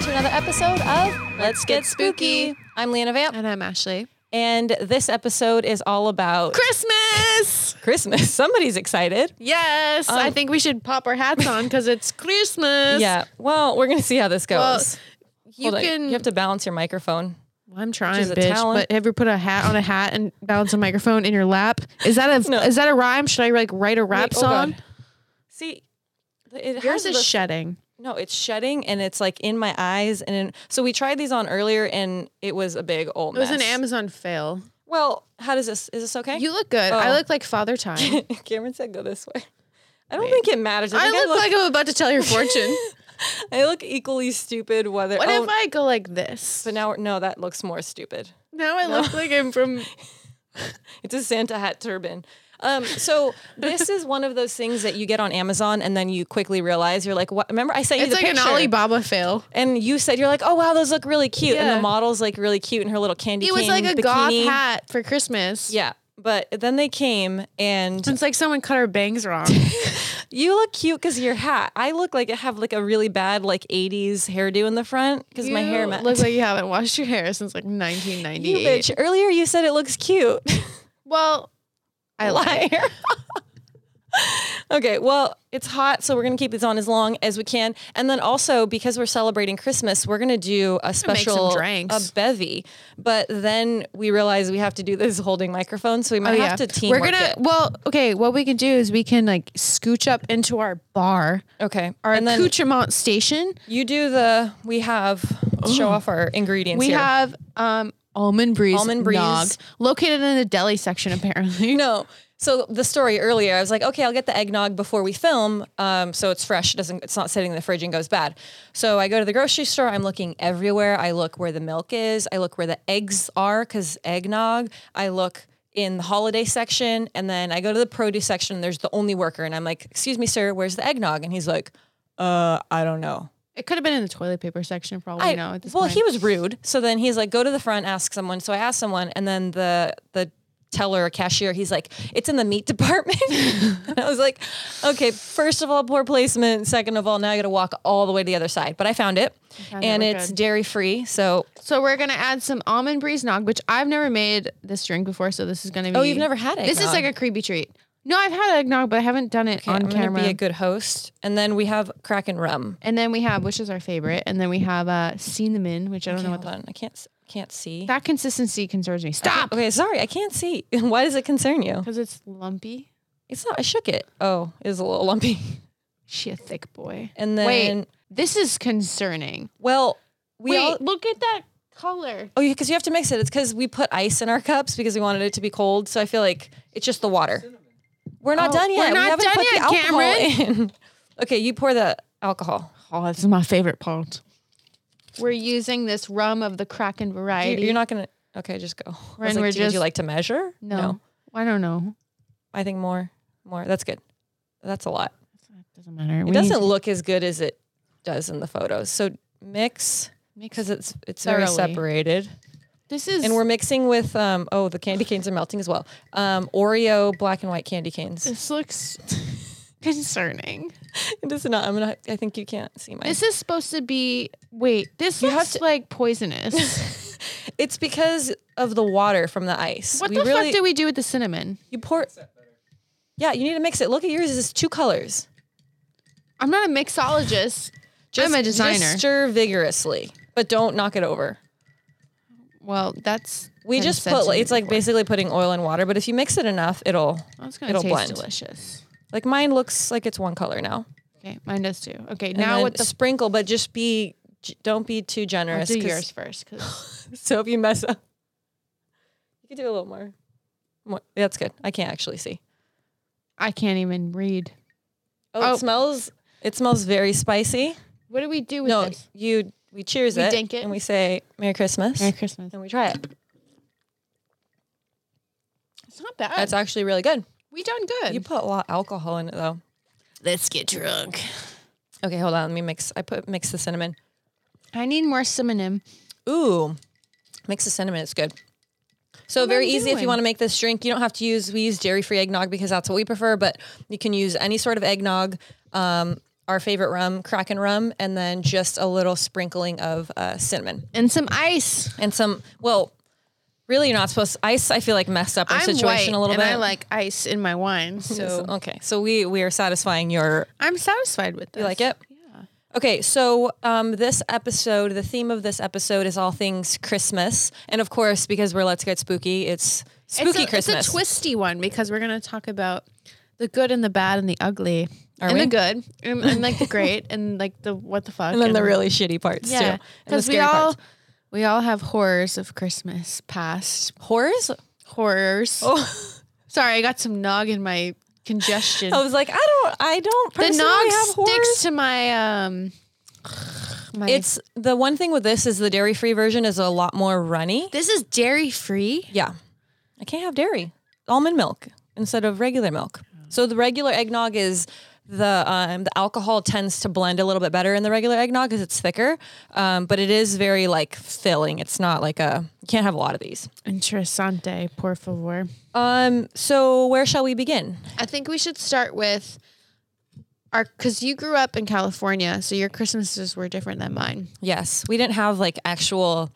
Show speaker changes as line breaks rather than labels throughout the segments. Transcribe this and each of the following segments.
episode of Let's Get Spooky. I'm Leanna Vamp,
And I'm Ashley.
and this episode is all about
Christmas!
Christmas. Somebody's excited.
Yes, I
Um,
think we should pop our hats on because it's Christmas.
Yeah. Well, we're gonna see how this goes.
Well, you
Hold on.
can.
You have to balance your microphone.
I'm trying,
is a
bitch.
talent.
But have you put a hat on a hat and balance a microphone in your lap? Is that a
No.
is that a rhyme? Should I like write a rap
Wait, oh
song?
God. See, it
Yours
has
is
the-
shedding.
No, it's shedding and it's like in my eyes and in, so we tried these on earlier and it was a big old
It was
mess.
an Amazon fail.
Well, how does this is this okay?
You look good.
Oh.
I look like Father Time.
Cameron said go this way. I don't think it matters. I,
I
think I
look like I'm about to tell your fortune.
I look equally stupid whether
What
oh,
if I go like this?
but now we're- no, that looks more stupid.
now I look like I'm from.
It's a Santa hat turban. Um, so this is one of those things that you get on Amazon and then you quickly realize you're like, what? Remember I sent you
It's
the
like an
picture.
Alibaba fail.
and you said you're like, oh wow, those look really cute, and
Yeah.
the model's like really cute in her little candy.
It was
cane
like a goth
bikini.
hat for Christmas.
Yeah, but then they came and
It's like someone cut her bangs wrong.
you look cute because your hat. I look like I have like a really bad like '80s hairdo in the front because my hair. ma-
looks like you haven't washed your hair since like
you
1998.
bitch. Earlier you said it looks cute.
Well, I lied.
Liar. okay, well, it's hot, so we're gonna keep these on as long as we can, and then also because we're celebrating Christmas, we're gonna do a
make some
special
drinks.
a bevy. But then we realize we have to do this holding microphone, so we might have to team.
Oh, We're gonna. Well, okay. What we can do is we can like scooch up into our bar,
okay,
our
and then
accoutrement station.
you do the. We have let's show off our ingredients.
We
here.
have um almond breeze,
Almond Breeze.
nog, located in the deli section. Apparently,
No. So the story earlier, I was like, okay, I'll get the eggnog before we film, um, so it's fresh. It doesn't it's not sitting in the fridge and goes bad. So I go to the grocery store. I'm looking everywhere. I look where the milk is. I look where the eggs are because eggnog. I look in the holiday section, and then I go to the produce section. There's the only worker, and I'm like, excuse me, sir, where's the eggnog? And he's like, uh, I don't know.
it could have been in the toilet paper section. Probably
I-
no. At this
well,
point.
he was rude. So then he's like, go to the front, ask someone. So I asked someone, and then the the teller or cashier, he's like, it's in the meat department. and I was like, okay, first of all, poor placement. Second of all, now I got to walk all the way to the other side. But I found it,
it,
and
we're
it's
good.
dairy free. So
So we're gonna add some almond breeze nog, which I've never made this drink before. So this is gonna be.
Oh, you've never had
This is
eggnog?
like a creepy treat. No, I've had eggnog, but I haven't done it on
I'm
camera.
gonna be a good host. And then we have Kraken rum.
and then we have, which is our favorite, and then we have uh, cinnamon, which I don't know what
Hold
the,
on, I can't s- can't see.
that consistency concerns me. Stop,
Okay, sorry, I can't see. Why does it concern you?
because it's lumpy.
It's not. I shook it. Oh, it was a little lumpy.
She a thick boy.
And then,
Wait, this is concerning.
well, we
Wait,
all,
look at that color.
Oh, because you have to mix it. It's because we put ice in our cups because we wanted it to be cold. So I feel like it's just the water. We're not
Oh,
done yet.
we're not
we haven't
done
put
yet,
the alcohol in. okay, you pour the alcohol.
Oh, this is my favorite part. We're using this rum of the Kraken
You,
variety.
you're not gonna. Okay, just go. I was
Ren, we're
like, "Do- Would you
just-
like to measure?
no, I don't know.
I think more. More. That's good. That's a lot.
Doesn't matter.
It doesn't look as good as it does in the photos. So mix because it's it's very
Thoroughly.
separated.
This is
And we're mixing with um oh the candy canes are melting as well. Um Oreo black and white candy canes.
This looks concerning.
It is not. I'm gonna. I think you can't see mine.
This is supposed to be wait, this
have
looks like poisonous.
It's because of the water from the ice.
what
we
the
really,
fuck do we do with the cinnamon?
you pour? Yeah, you need to mix it. Look at yours. It's two colors.
I'm not a mixologist. I'm a designer.
Just stir vigorously, but don't knock it over.
well, that's
We
been
just
said
put.
to me
It's like
before.
basically putting oil and water. But if you mix it enough, it'll.
That's gonna
it'll
taste
blend.
delicious.
Like mine looks like it's one color now.
Okay, mine does too. Okay,
And
now
then
what the f-
sprinkle? But just be. j- Don't be too
I'll
generous.
do
'cause-
yours first? 'cause-
So if you mess up, you can do a little more. More. That's good. I can't actually see.
I can't even read.
Oh,
Oh.
it smells. It smells very spicy.
What do we do with
No,
this?
you. We cheers
We
it,
dink it.
and we say Merry Christmas,
Merry Christmas.
and we try it.
It's not bad.
That's actually really good.
we done good.
You put a lot of alcohol in it though.
Let's get drunk.
Okay, hold on. Let me mix. I put mix the cinnamon.
I need more cinnamon.
Ooh, mix the cinnamon. It's good. So
What
very
I'm
easy if you
doing.
want to make this drink. You don't have to use. We use dairy free eggnog because that's what we prefer, but you can use any sort of eggnog. Um, our favorite rum, Kraken rum, and then just a little sprinkling of uh, cinnamon
and some ice.
and some. Well, really, you're not supposed. Ice, I feel like messed up our
I'm white,
situation a little
and
bit.
I like ice in my wine, so
okay, so we we are satisfying your
I'm satisfied with this.
You like it? Yeah. Okay, so um, this episode, the theme of this episode is all things Christmas, and of course, because we're Let's Get Spooky, it's spooky
it's a,
Christmas.
It's a twisty one because we're going to talk about the good and the bad and the ugly.
Are
and
we?
the good and, and like the great and like the what the fuck
and then the really shitty parts
yeah
too. and the
because we
scary
all
parts.
we all have horrors of Christmas past
horrors.
horrors.
Oh,
Sorry, I got some nog in my congestion.
I was like, I don't, I don't
the
personally
nog
have
sticks
horrors.
to my um. My,
It's the one thing with this is the dairy free version is a lot more runny.
this is dairy free.
Yeah, I can't have dairy. Almond milk instead of regular milk. So the regular eggnog is the um, the alcohol tends to blend a little bit better in the regular eggnog because it's thicker, um, but it is very like filling. It's not like a you can't have a lot of these.
Interessante, por favor.
Um, so where shall we begin?
I think we should start with our because you grew up in California, so your Christmases were different than mine.
Yes, we didn't have like actual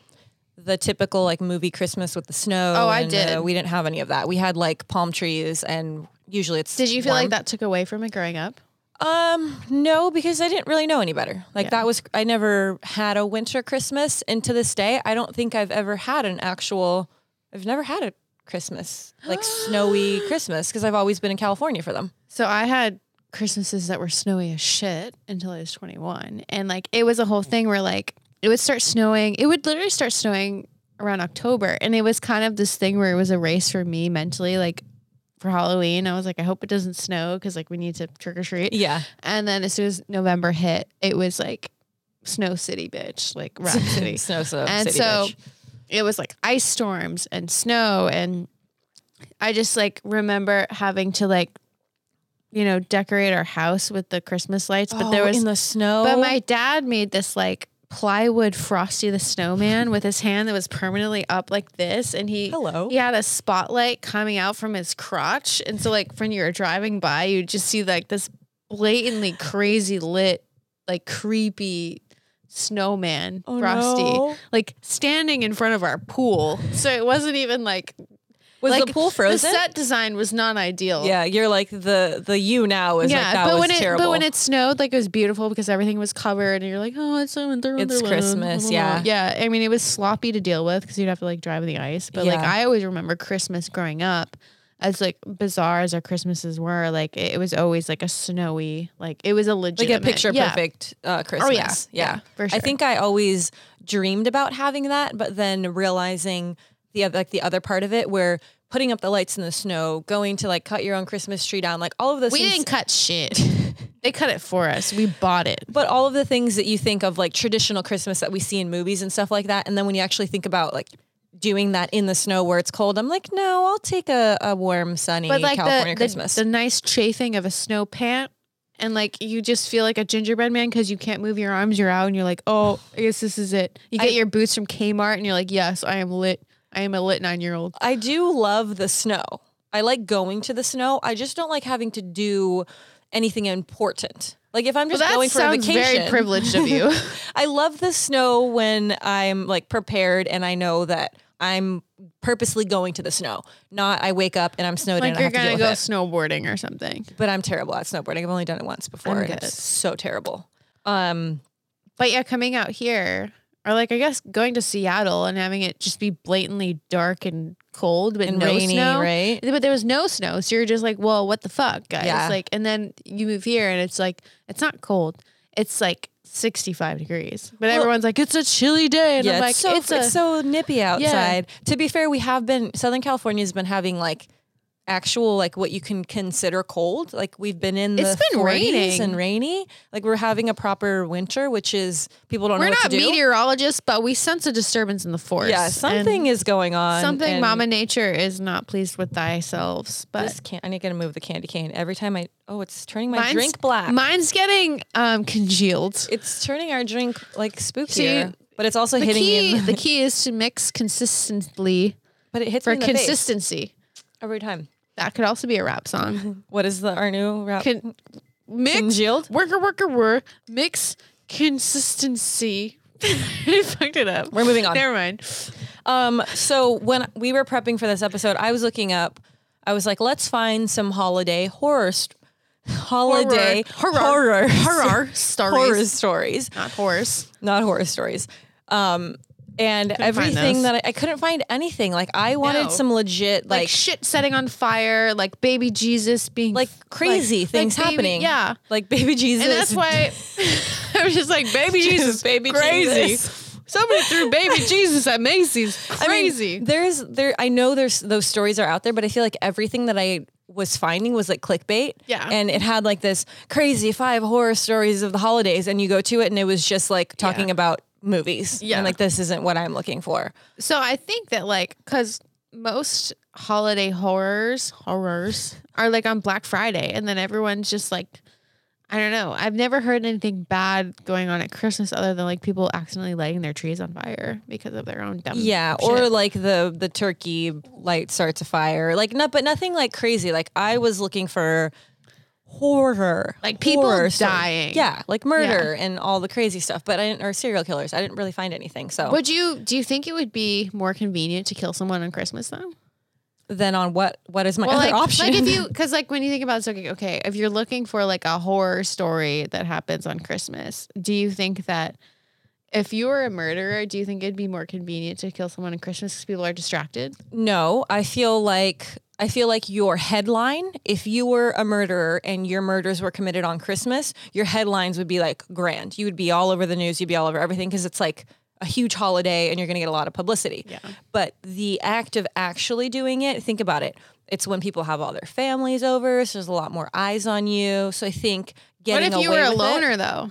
the typical like movie Christmas with the snow.
Oh, I
and,
did.
uh, we didn't have any of that. We had like palm trees and usually it's
Did you feel
warm.
like that took away from it growing up?
Um, no, because I didn't really know any better. Like that was I never had a winter Christmas, and to this day, I don't think I've ever had an actual. I've never had a Christmas like snowy Christmas because I've always been in California for them.
So I had Christmases that were snowy as shit until I was 21. And like it was a whole thing where like it would start snowing. It would literally start snowing around October. And it was kind of this thing where it was a race for me mentally. Like for Halloween, I was like, I hope it doesn't snow because like we need to trick or treat.
Yeah,
And then as soon as November hit, it was like Snow City, bitch, like Rock City.
snow so
and
city
so
bitch.
it was like ice storms and snow. And I just like remember having to like, you know, decorate our house with the Christmas lights. But there
Oh,
was,
in the snow.
but my dad made this like plywood Frosty the Snowman with his hand that was permanently up like this. And he,
Hello.
he had a spotlight coming out from his crotch. And so, like, when you're driving by, you just see like this blatantly crazy lit, like creepy snowman
Oh,
Frosty,
no.
like standing in front of our pool. So it wasn't even like,
was
like
the pool frozen?
The set design was not ideal.
yeah, you're like the the you now is like that
but
was
when it
terrible.
but when it snowed, like it was beautiful because everything was covered, and you're like, oh, it's so
It's Christmas, yeah.
yeah. I mean, it was sloppy to deal with because you'd have to like drive in the ice. But like,
Yeah.
I always remember Christmas growing up, as like bizarre as our Christmases were, like it, it was always like a snowy, like it was a
like
legitimate,
a picture
yeah. Oh,
perfect uh, Christmas.
yeah. Yeah, for
I
sure.
think I always dreamed about having that, but then realizing the oth- like the other part of it, where putting up the lights in the snow, going to like cut your own Christmas tree down, like all of those.
We
things,
didn't cut shit. they cut it for us. We bought it.
but all of the things that you think of like traditional Christmas that we see in movies and stuff like that, and then when you actually think about like doing that in the snow where it's cold, I'm like, no, I'll take a, a warm, sunny
but like
California
the, the,
Christmas.
the nice chafing of a snow pant and like you just feel like a gingerbread man because you can't move your arms you're out and you're like oh i guess this is it you get your boots from kmart and you're like yes i am lit i am a lit nine year old
I do love the snow. I like going to the snow. I just don't like having to do anything important. Like if I'm just
that
going for a
sounds
vacation,
very privileged of you
I love the snow when I'm like prepared and I know that I'm purposely going to the snow. Not I wake up and I'm snowed in
like
and I
you're
have to deal
gonna
with
go
it.
snowboarding or something
But I'm terrible at snowboarding. I've only done it once before,
I'm
and
good.
it's so terrible. Um,
but yeah coming out here or like i guess going to seattle and having it just be blatantly dark and cold but
and
no
rainy,
snow
right?
But there was no snow, so you're just like, well, what the fuck, guys?
Yeah.
Like, and then you move here, and it's like, it's not cold. It's like 65 degrees, but
Well-
everyone's like, it's a chilly day, and I'm like, "Oh,
it's so
it's,
it's,
a
so nippy outside. To be fair, we have been Southern California's been having like actual like what you can consider cold. Like we've been in the
It's been
40s
raining.
and rainy. Like we're having a proper winter, which is people don't
we're
know what
not
to do.
meteorologists, but we sense a disturbance in the forest.
yeah,
and
something is going on.
something
and
Mama Nature is not pleased with thyself. But
This can I need to move the candy cane every time I. Oh, it's turning my
mine's-
drink black.
Mine's getting um congealed.
it's turning our drink like spookier,
See,
but it's also
The
hitting me.
key,
in the-
the key is to mix consistently
but it hits
for
me in the face
consistency.
every time. Mm-hmm.
That could also be a rap song.
What is the our new rap?
Con- mix
Congealed?
worker worker wor mix consistency. I fucked it up.
We're moving on.
Never mind.
Um, so when we were prepping for this episode, I was looking up. I was like, let's find some holiday horror, st- holiday
Horror.
horror,
Horror
horror
stories,
stories,
not horse.
not horror stories. Um, and everything
those.
that I, I couldn't find anything. Like I wanted
No.
some legit,
Like,
like
shit setting on fire, like baby Jesus being
like crazy
like-
things
like baby-
happening.
Yeah,
like baby Jesus.
and that's why I was just like baby Jesus,
baby
crazy.
Jesus.
Somebody threw baby Jesus at Macy's.
I mean,
Crazy.
there's there. I know there's those stories are out there, but I feel like everything that I was finding was like clickbait.
Yeah.
and it had like this crazy five horror stories of the holidays, and you go to it, and it was just like talking
Yeah.
about movies.
Yeah.
and like this isn't what I'm looking for.
So I think that like because most holiday horrors horrors are like on Black Friday, and then everyone's just like, I don't know. I've never heard anything bad going on at Christmas other than like people accidentally lighting their trees on fire because of their own dumb.
Yeah,
Mm, shit.
or like the the turkey light starts a fire, like not, but nothing like crazy. Like I was looking for horror,
Like people
horror story.
dying.
yeah, like murder and all the crazy stuff. But I didn't, or serial killers. I didn't really find anything. So
Would you do you think it would be more convenient to kill someone on Christmas though?
then on what what is my
Well,
other
like,
option?
like if you because like when you think about it, it's okay, okay, if you're looking for like a horror story that happens on Christmas, do you think that if you were a murderer, do you think it'd be more convenient to kill someone on Christmas because people are distracted?
no, I feel like I feel like your headline. If you were a murderer and your murders were committed on Christmas, your headlines would be like grand. You would be all over the news. You'd be all over everything because it's like a huge holiday and you're going to get a lot of publicity.
Yeah.
But the act of actually doing it, think about it. It's when people have all their families over. So there's a lot more eyes on you. So I think
What
getting
if you
away
were a
with it-
loner though?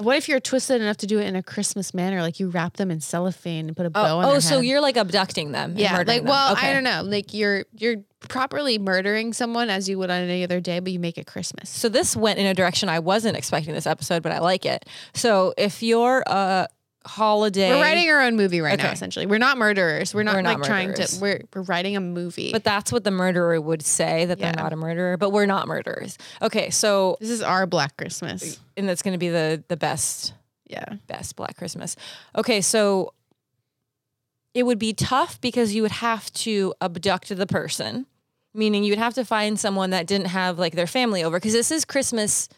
What if you're twisted enough to do it in a Christmas manner, like you wrap them in cellophane and put a bow on?
Oh,
their
so
head?
you're like abducting them. and
yeah,
murdering
like
them.
well,
Okay.
I don't know, like you're you're properly murdering someone as you would on any other day, but you make it Christmas.
So this went in a direction I wasn't expecting this episode, but I like it. So if you're a holiday,
We're writing our own movie right now.
Okay.
Essentially, we're not murderers. We're not,
We're not
like trying to.
murderers.
We're we're writing a movie.
but that's what the murderer would say that
Yeah.
they're not a murderer, but we're not murderers. Okay, so
this is our Black Christmas.
and that's going to be the the best
Yeah,
best Black Christmas. Okay, so it would be tough because you would have to abduct the person, meaning you would have to find someone that didn't have like their family over because this is Christmas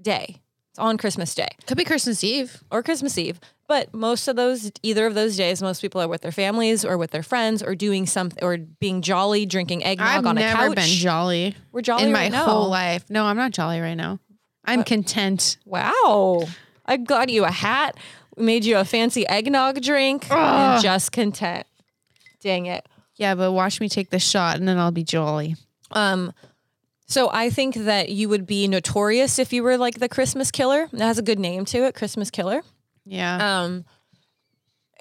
Day. It's on Christmas Day.
could be Christmas Eve.
or Christmas Eve. But most of those, either of those days, most people are with their families or with their friends or doing something or being jolly, drinking eggnog
I've
on a
never
couch.
been jolly
We're jolly
in my
right now.
whole life. No, I'm not jolly right now. I'm content.
Wow. I got you a hat. We made you a fancy eggnog drink. And just content. Dang it.
Yeah, but watch me take this shot, and then I'll be jolly.
Um, so I think that you would be notorious if you were like the Christmas killer. That has a good name to it, Christmas killer.
Yeah,
Um,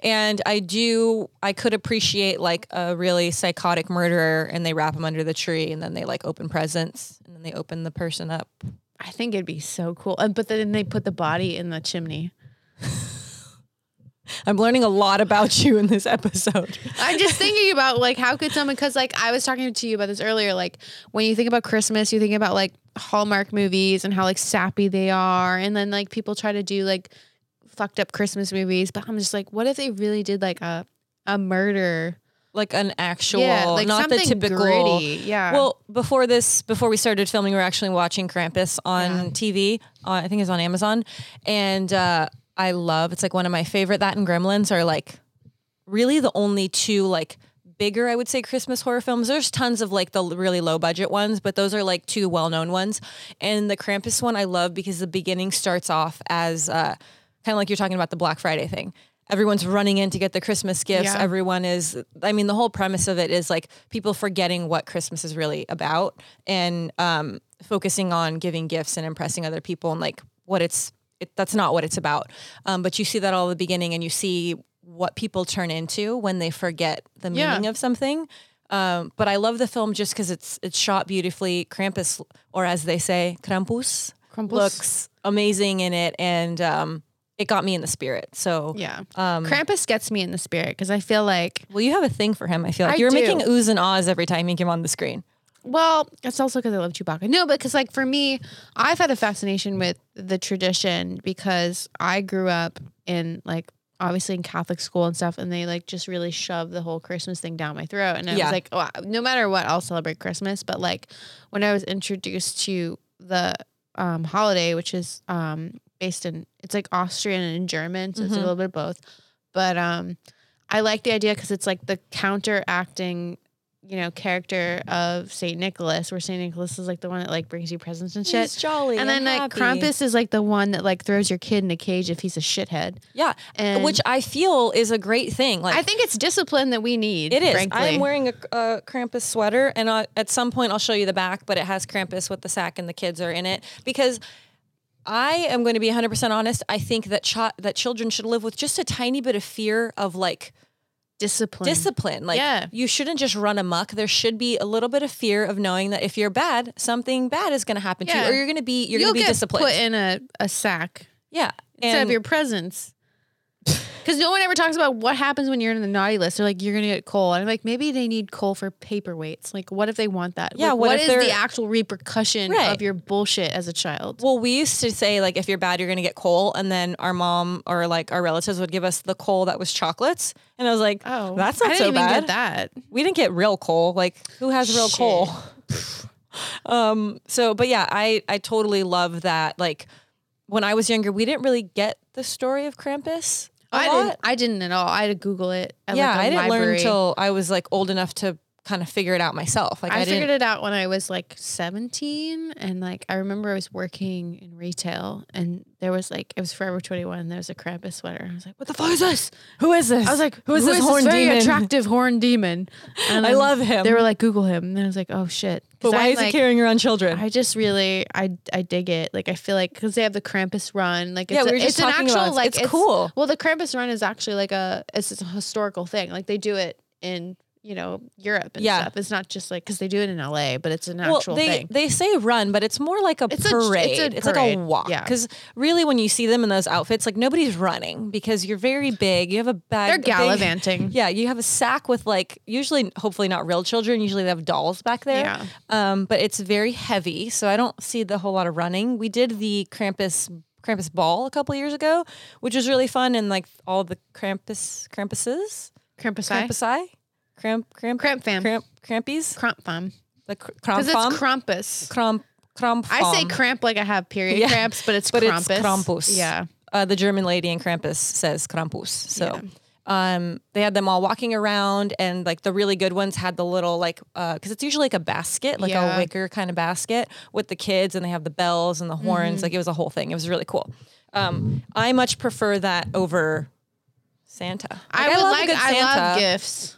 and I do, I could appreciate like a really psychotic murderer and they wrap him under the tree and then they like open presents and then they open the person up.
I think it'd be so cool. And but then they put the body in the chimney.
I'm learning a lot about you in this episode.
I'm just thinking about like how could someone because like I was talking to you about this earlier. Like when you think about Christmas, you think about like Hallmark movies and how like sappy they are, and then like people try to do like fucked up Christmas movies. But I'm just like, what if they really did like a a murder?
Like an actual,
yeah, like
not the
something
typical.
gritty. Yeah.
Well, before this, before we started filming, we were actually watching Krampus on TV. Uh, I think it's on Amazon, and uh, I love. It's like one of my favorite. That and Gremlins are like really the only two like bigger, I would say, Christmas horror films. There's tons of like the l- really low budget ones, but those are like two well known ones. And the Krampus one I love because the beginning starts off as uh, kind of like you're talking about the Black Friday thing. Everyone's running in to get the Christmas gifts.
Yeah.
Everyone is, I mean, the whole premise of it is like people forgetting what Christmas is really about and um, focusing on giving gifts and impressing other people and like what it's, it, that's not what it's about. Um, but you see that all at the beginning and you see what people turn into when they forget the
Yeah.
meaning of something. Um, but I love the film just because it's it's shot beautifully. Krampus, or as they say, Krampus,
Krampus.
looks amazing in it, and um, it got me in the spirit. So,
yeah.
um,
Krampus gets me in the spirit because I feel like
well, you have a thing for him. I feel like
I
you're
do.
making oohs and ahs every time you came on the screen.
Well, it's also because I love Chewbacca. No, but because like for me, I've had a fascination with the tradition because I grew up in like obviously in Catholic school and stuff, and they like just really shoved the whole Christmas thing down my throat. And I
Yeah.
was like, oh, I- no matter what, I'll celebrate Christmas. But like when I was introduced to the um, holiday, which is um, based in it's like Austrian and German, so it's a
Mhm.
little bit of both. But um, I like the idea because it's like the counteracting, you know, character of Saint Nicholas, where Saint Nicholas is like the one that like brings you presents and shit.
He's jolly.
And then like
happy.
Krampus is like the one that like throws your kid in a cage if he's a shithead.
Yeah.
And
Which I feel is a great thing. Like
I think it's discipline that we need.
It is.
Frankly.
I'm wearing a, a Krampus sweater, and I, at some point I'll show you the back, but it has Krampus with the sack, and the kids are in it because I am going to be 100 percent honest. I think that chi- that children should live with just a tiny bit of fear of like
discipline.
discipline. Like
Yeah.
you shouldn't just run amok. There should be a little bit of fear of knowing that if you're bad, something bad is going to happen to
Yeah.
you, or you're going to be you're
You'll
going to be
get
disciplined.
put in a, a sack
yeah.
instead
And-
of your presence. Because no one ever talks about what happens when you're in the naughty list. They're like, you're gonna get coal, and I'm like, maybe they need coal for paperweights. Like, what if they want that?
Yeah,
Like,
what
what
if
is
they're-
the actual repercussion
Right.
of your bullshit as a child?
Well, we used to say like if you're bad, you're gonna get coal, and then our mom or like our relatives would give us the coal that was chocolates, and I was like, oh, that's not
I didn't
so
even
bad.
get that.
We didn't get real coal. Like who has real
Shit.
coal? um. So, but yeah, I I totally love that. Like when I was younger, we didn't really get the story of Krampus. a
I
lot.
didn't. I didn't at all. I had to Google it. At
yeah,
like a
I didn't learn
library.
until I was like old enough to kind of figure it out myself. Like I,
I
didn't.
figured it out when I was like 17. And like, I remember I was working in retail and there was like, it was Forever 21. And there was a Krampus sweater. And I was like, what the fuck is this?
who is this?
I was like, who is this,
horn
very
demon?
attractive horn demon? And
I
then
love him.
They were like, Google him. And I was like, oh shit. 'Cause
but why
I'm,
is he
like,
carrying around children?
I just really, I, I dig it. Like, I feel like, because they have the Krampus run. Like, it's,
yeah, we
a-
were just
it's an
talking
actual,
about it.
like,
it's cool.
Well, the Krampus run is actually like a, it's a historical thing. Like, they do it in, you know, Europe and
Yeah.
stuff. It's not just like, because they do it in LA, but it's an actual
they,
thing.
They say run, but it's more like a
It's a- it's a
parade. It's, like a
parade,
walk.
yeah.
Because really, when you see them in those outfits, like nobody's running because you're very big. You have a bag.
They're
a big-
gallivanting.
yeah, you have a sack with like usually, hopefully not real children. Usually they have dolls back there.
Yeah.
Um, but it's very heavy, so I don't see the whole lot of running. We did the Krampus. Krampus ball a couple years ago, which was really fun, and like all the Krampus, Krampuses,
Krampus eye.
Krampusi, Kramp, Kramp,
Cramp fam.
Kramp, Krampies,
Cramp fam.
the cr-
Because it's
Krampfam,
Krampus.
Kramp, Kramp.
I say cramp like I have period
Yeah.
cramps, but it's
But it's
Krampus.
Krampus.
Yeah.
uh, the German lady in Krampus says Krampus. So um, they had them all walking around, and like the really good ones had the little like because it's usually like a basket, like a
Yeah.
wicker kind of basket with the kids, and they have the bells and the horns.
Mm-hmm.
Like it was a whole thing. It was really cool. Um, I much prefer that over Santa.
I,
Like,
would
love a
like,
good
I love
Santa.
gifts,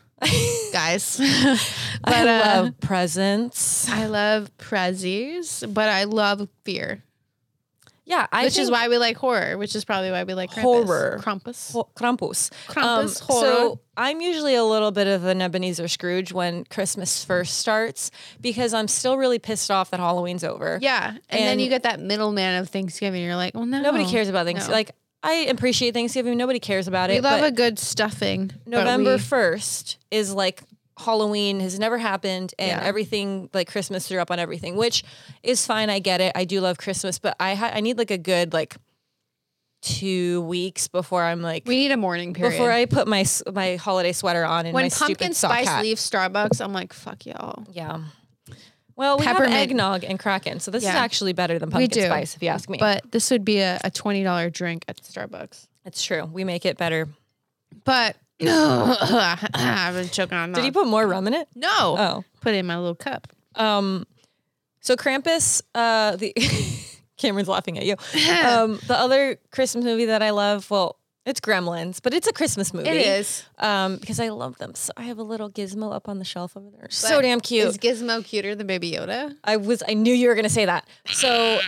guys. but uh,
I
I love,
love presents.
I love prezzies, but I love fear,
Yeah, I
which
think-
is why we like horror, which is probably why we like Krampus.
Horror.
Krampus.
Ho- Krampus. Um,
Krampus, horror.
so I'm usually a little bit of an Ebenezer Scrooge when Christmas first starts because I'm still really pissed off that Halloween's over.
Yeah. And, then
And-
you get that middleman of Thanksgiving. You're like, well, no.
Nobody cares about things.
No.
Like I appreciate Thanksgiving. Nobody cares about
We
it.
love
but
a good stuffing. but
November
we-
first is like Halloween has never happened and
Yeah.
everything like Christmas threw up on everything, which is fine. I get it. I do love Christmas, but I ha- I need like a good like two weeks before I'm like
we need a morning period.
before I put my s- my holiday sweater on and my
when
stupid
pumpkin
sock
spice
hat.
leaves Starbucks, I'm like, fuck y'all.
Yeah. Well, we
Peppermint.
have eggnog and Kraken, so this is
Yeah.
actually better than pumpkin
do.
spice, if you ask me.
But this would be a, a twenty dollar drink at Starbucks.
it's true. We make it better.
But I've been choking on.
Did
that.
you put more rum in it?
no?
Oh.
Put it in my little cup.
Um, so Krampus, uh, the Cameron's laughing at you. Um, the other Christmas movie that I love, well, it's Gremlins, but it's a Christmas movie.
is.
Um, because I love them. So I have a little gizmo up on the shelf over there.
But
so damn cute.
Is Gizmo cuter than Baby Yoda?
I was I knew you were gonna say that. So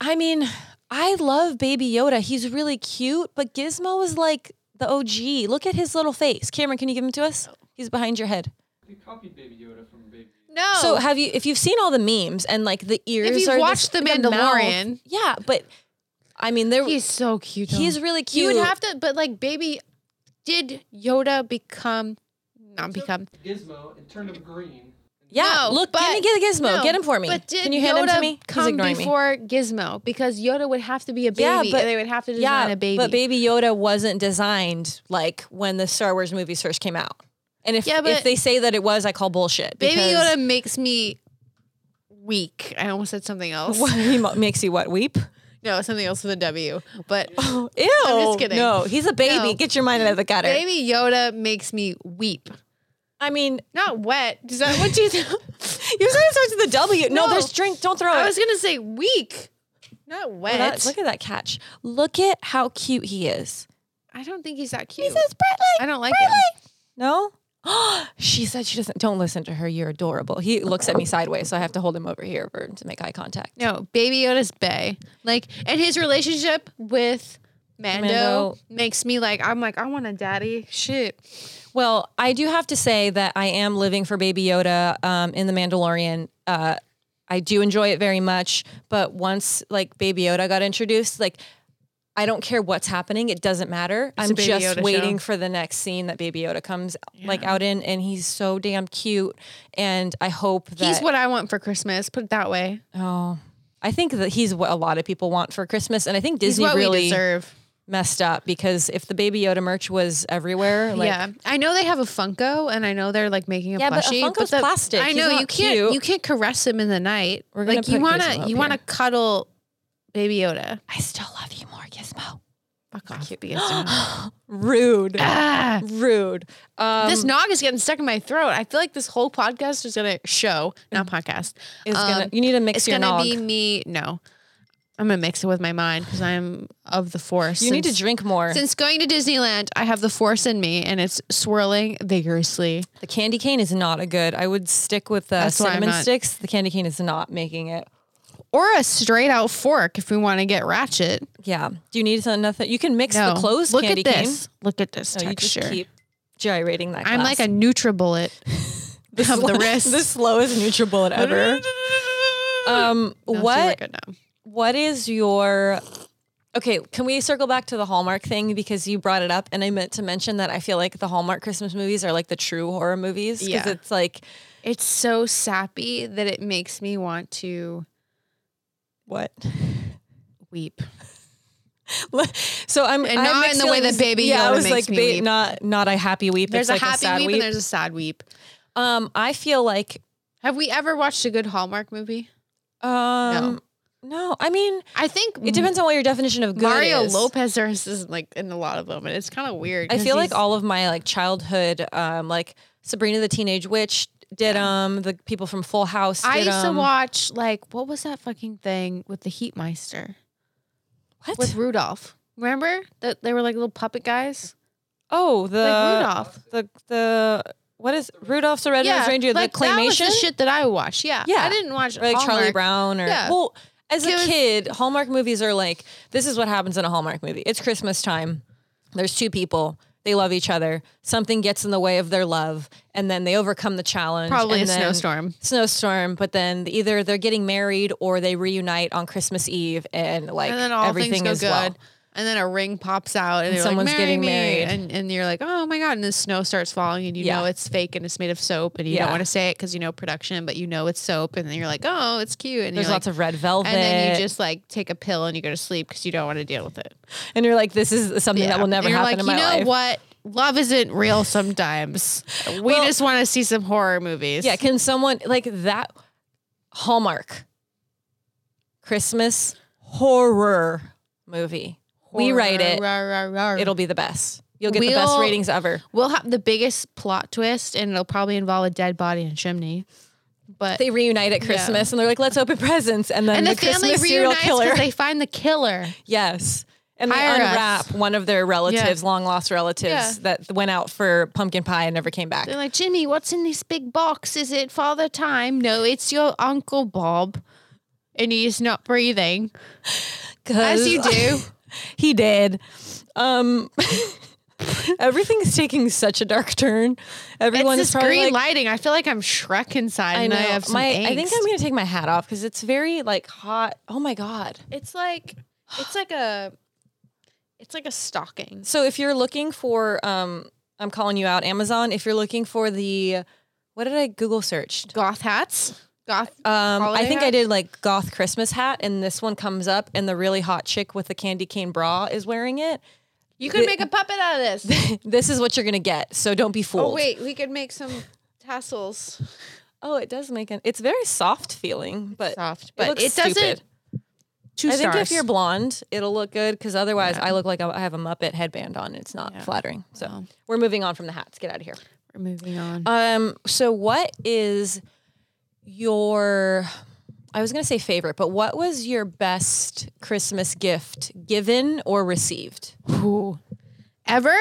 I mean, I love Baby Yoda. He's really cute, but Gizmo is like the OG. Look at his little face. Cameron, can you give him to
Oh.
us? He's behind your head.
You copied Baby Yoda from Baby.
No.
So have you if you've seen all the memes and like the ears
Oh. you've
are
watched
this-
The
mouth-
Mandalorian.
yeah, but I mean there
he's so cute. though.
he's really
You
cute.
would have to, but like, Baby, did Yoda become? Not become.
Gizmo and turned him green. And
Yeah,
No,
look,
but-
give me get a gizmo.
no,
get him for me.
But did
Can you hand him
Yoda
to me? He's
Come
ignoring me.
before Gizmo because Yoda would have to be a baby.
Yeah, but-
and they would have to design
Yeah,
a baby.
but Baby Yoda wasn't designed like when the Star Wars movies first came out. And if,
Yeah,
if
but-
they say that it was, I call bullshit.
Baby
because-
Yoda makes me weak. I almost said something else.
What, he mo- makes you what weep?
No, something else with a W. But
Ew!
just kidding.
No, he's a baby.
No.
Get your mind out of the gutter.
Baby Yoda makes me weep.
I mean,
Not wet. Is that what you?
you said it starts with a W. No,
No.
there's drink. Don't throw it.
I was gonna say weak, not wet.
Well, that- look at that catch. Look at how cute he is.
I don't think he's that cute.
Bradley.
I don't like him.
No. she said she doesn't. Don't listen to her. You're adorable. He looks at me sideways, so I have to hold him over here for to make eye contact.
No, Baby Yoda's Bay. Like, and his relationship with Mando,
Mando.
makes me like, I'm like, I want a daddy. Shit.
Well, I do have to say that I am living for Baby Yoda um, in The Mandalorian. Uh, I do enjoy it very much, but once like Baby Yoda got introduced, like I don't care what's happening; it doesn't matter.
a
I'm
Baby
just
Yoda show.
waiting for the next scene that Baby Yoda comes like out in, and he's so damn cute. And I hope that
He's what I want for Christmas. Put it that way.
Oh, I think that he's what a lot of people want for Christmas, and I think
He's
Disney
what we
really
deserve.
messed up because if the Baby Yoda merch was everywhere, like
yeah, I know they have a Funko, and I know they're like making a
Yeah, but a
plushie.
Funko's
the-
plastic.
I
He's
know
not
you can't
cute.
you can't caress him in the night.
We're gonna
like you
put
wanna
Gizmo up
you wanna
here.
cuddle Baby Yoda.
I still love you more, Gizmo.
Fuck off, Gizmo.
Rude,
Ah,
rude. Um,
this nog is getting stuck in my throat. I feel like this whole podcast is gonna show, not podcast.
Mm. is gonna.
um,
you need to mix
It's
your
gonna
nog.
be me. No, I'm gonna mix it with my mind because I'm of the force.
you need to
Since-
drink more.
Since going to Disneyland, I have the force in me, and it's swirling vigorously.
the candy cane is not a good. I would stick with the
That's why I'm
cinnamon
not-
sticks. The candy cane is not making it.
or a straight out fork if we want to get ratchet.
Yeah. Do you need something? nothing- You can mix
No,
the closed
look
candy
at this. Look at this
cane. No, you
texture.
just keep gyrating that.
I'm
glass.
like a NutriBullet of the
Slow-
wrist.
the slowest NutriBullet ever. um,
No, it's really
what
good now.
what is your okay? Can we circle back to the Hallmark thing because you brought it up, and I meant to mention that I feel like the Hallmark Christmas movies are like the true horror movies because
Yeah.
it's like
It's so sappy that it makes me want to
what.
weep.
So I'm
And
I'm
not in
mixed
the way that
feelings.
Baby
yeah, I
Yoda
was
makes
like
me
ba-
weep.
not not a happy weep. it's
There's a
like
happy
sad
weep,
weep.
and there's a sad weep.
um, I feel like
Have we ever watched a good Hallmark movie?
um no, I mean
I think
it depends on what your definition of good
Mm-hmm. Mario
is.
Lopez is like in a lot of them, and it's kind of weird.
I
'cause
feel like
he's-
all of my like childhood, um, like Sabrina the Teenage Witch did um the people from Full House. Did,
I used to
um,
watch like what was that fucking thing with the Heatmeister?
what?
with Rudolph. Remember that they were like little puppet guys,
oh the
like Rudolph.
the the what is Rudolph the Red Nosed Reindeer
like
the
that was
claymation
the shit that I watched. Yeah,
Yeah.
I didn't watch
or like Charlie
Hallmark.
Brown or
Yeah.
well as a
It was-
kid Hallmark movies are like this is what happens in a Hallmark movie. It's Christmas time. There's two people. They love each other. Something gets in the way of their love, and then they overcome the challenge.
Probably
and
a
then-
snowstorm.
snowstorm, but then either they're getting married or they reunite on Christmas Eve, and like
And then all
everything
things go
is
good.
well.
And then a ring pops out, and, they're
someone's
like, "Marry
getting
me,"
married.
and and you're like, "Oh my god!" And the snow starts falling, and you
Yeah.
know it's fake, and it's made of soap, and you
Yeah.
don't want to say it because you know production, but you know it's soap, and then you're like, "Oh, it's cute." And
There's
you're
lots
like,
of red velvet,
and then you just like take a pill and you go to sleep because you don't want to deal with it.
and you're like, this is something that will
And
never
you're
happen
like,
in my
you know
life.
what? Love isn't real sometimes. we
Well-
just want to see some horror movies.
Yeah, can someone like that Hallmark Christmas horror movie? We write it.
Rah, rah, rah, rah.
It'll be the best. You'll get the best
We'll-
ratings ever.
we'll have the biggest plot twist, and it'll probably involve a dead body and chimney. But
They reunite at Christmas and they're like, let's open presents. And then
and
the,
the, family
Christmas serial
reunites
killer.
because they find the killer.
Yes. And they
Hire us.
unwrap one of their relatives, long lost relatives
Yeah.
that went out for pumpkin pie and never came back.
They're like, Jimmy, what's in this big box? Is it Father Time? No, it's your Uncle Bob, and he's not breathing. As you do.
he did. Um, everything's taking such a dark turn. Everyone
it's
is
this
probably
green
like,
lighting. I feel like I'm Shrek inside,
I
and
know.
I have some
my,
angst.
I think I'm gonna take my hat off because it's very like hot. Oh my god.
It's like it's like a it's like a stocking.
So if you're looking for, um, I'm calling you out, Amazon. If you're looking for the, What did I Google searched?
Goth hats. Uh, Goth.
Um, I
Holiday
think I
hat?
did like goth Christmas hat, and this one comes up, and the really hot chick with the candy cane bra is wearing it.
You could
the-
make a puppet out of this.
This is what you're gonna get, so don't be fooled.
Oh wait, we could make some tassels.
Oh, it does make an. It's very soft feeling, but
Soft,
it,
but
looks
it doesn't.
stupid.
Two
I think
stars.
if you're blonde, it'll look good because otherwise, I look like I have a Muppet headband on. It's not flattering. So we're moving on from the hats. Get out of here.
We're moving on.
Um. So what is your? I was gonna say favorite, but what was your best Christmas gift given or received,
Ooh. Ever?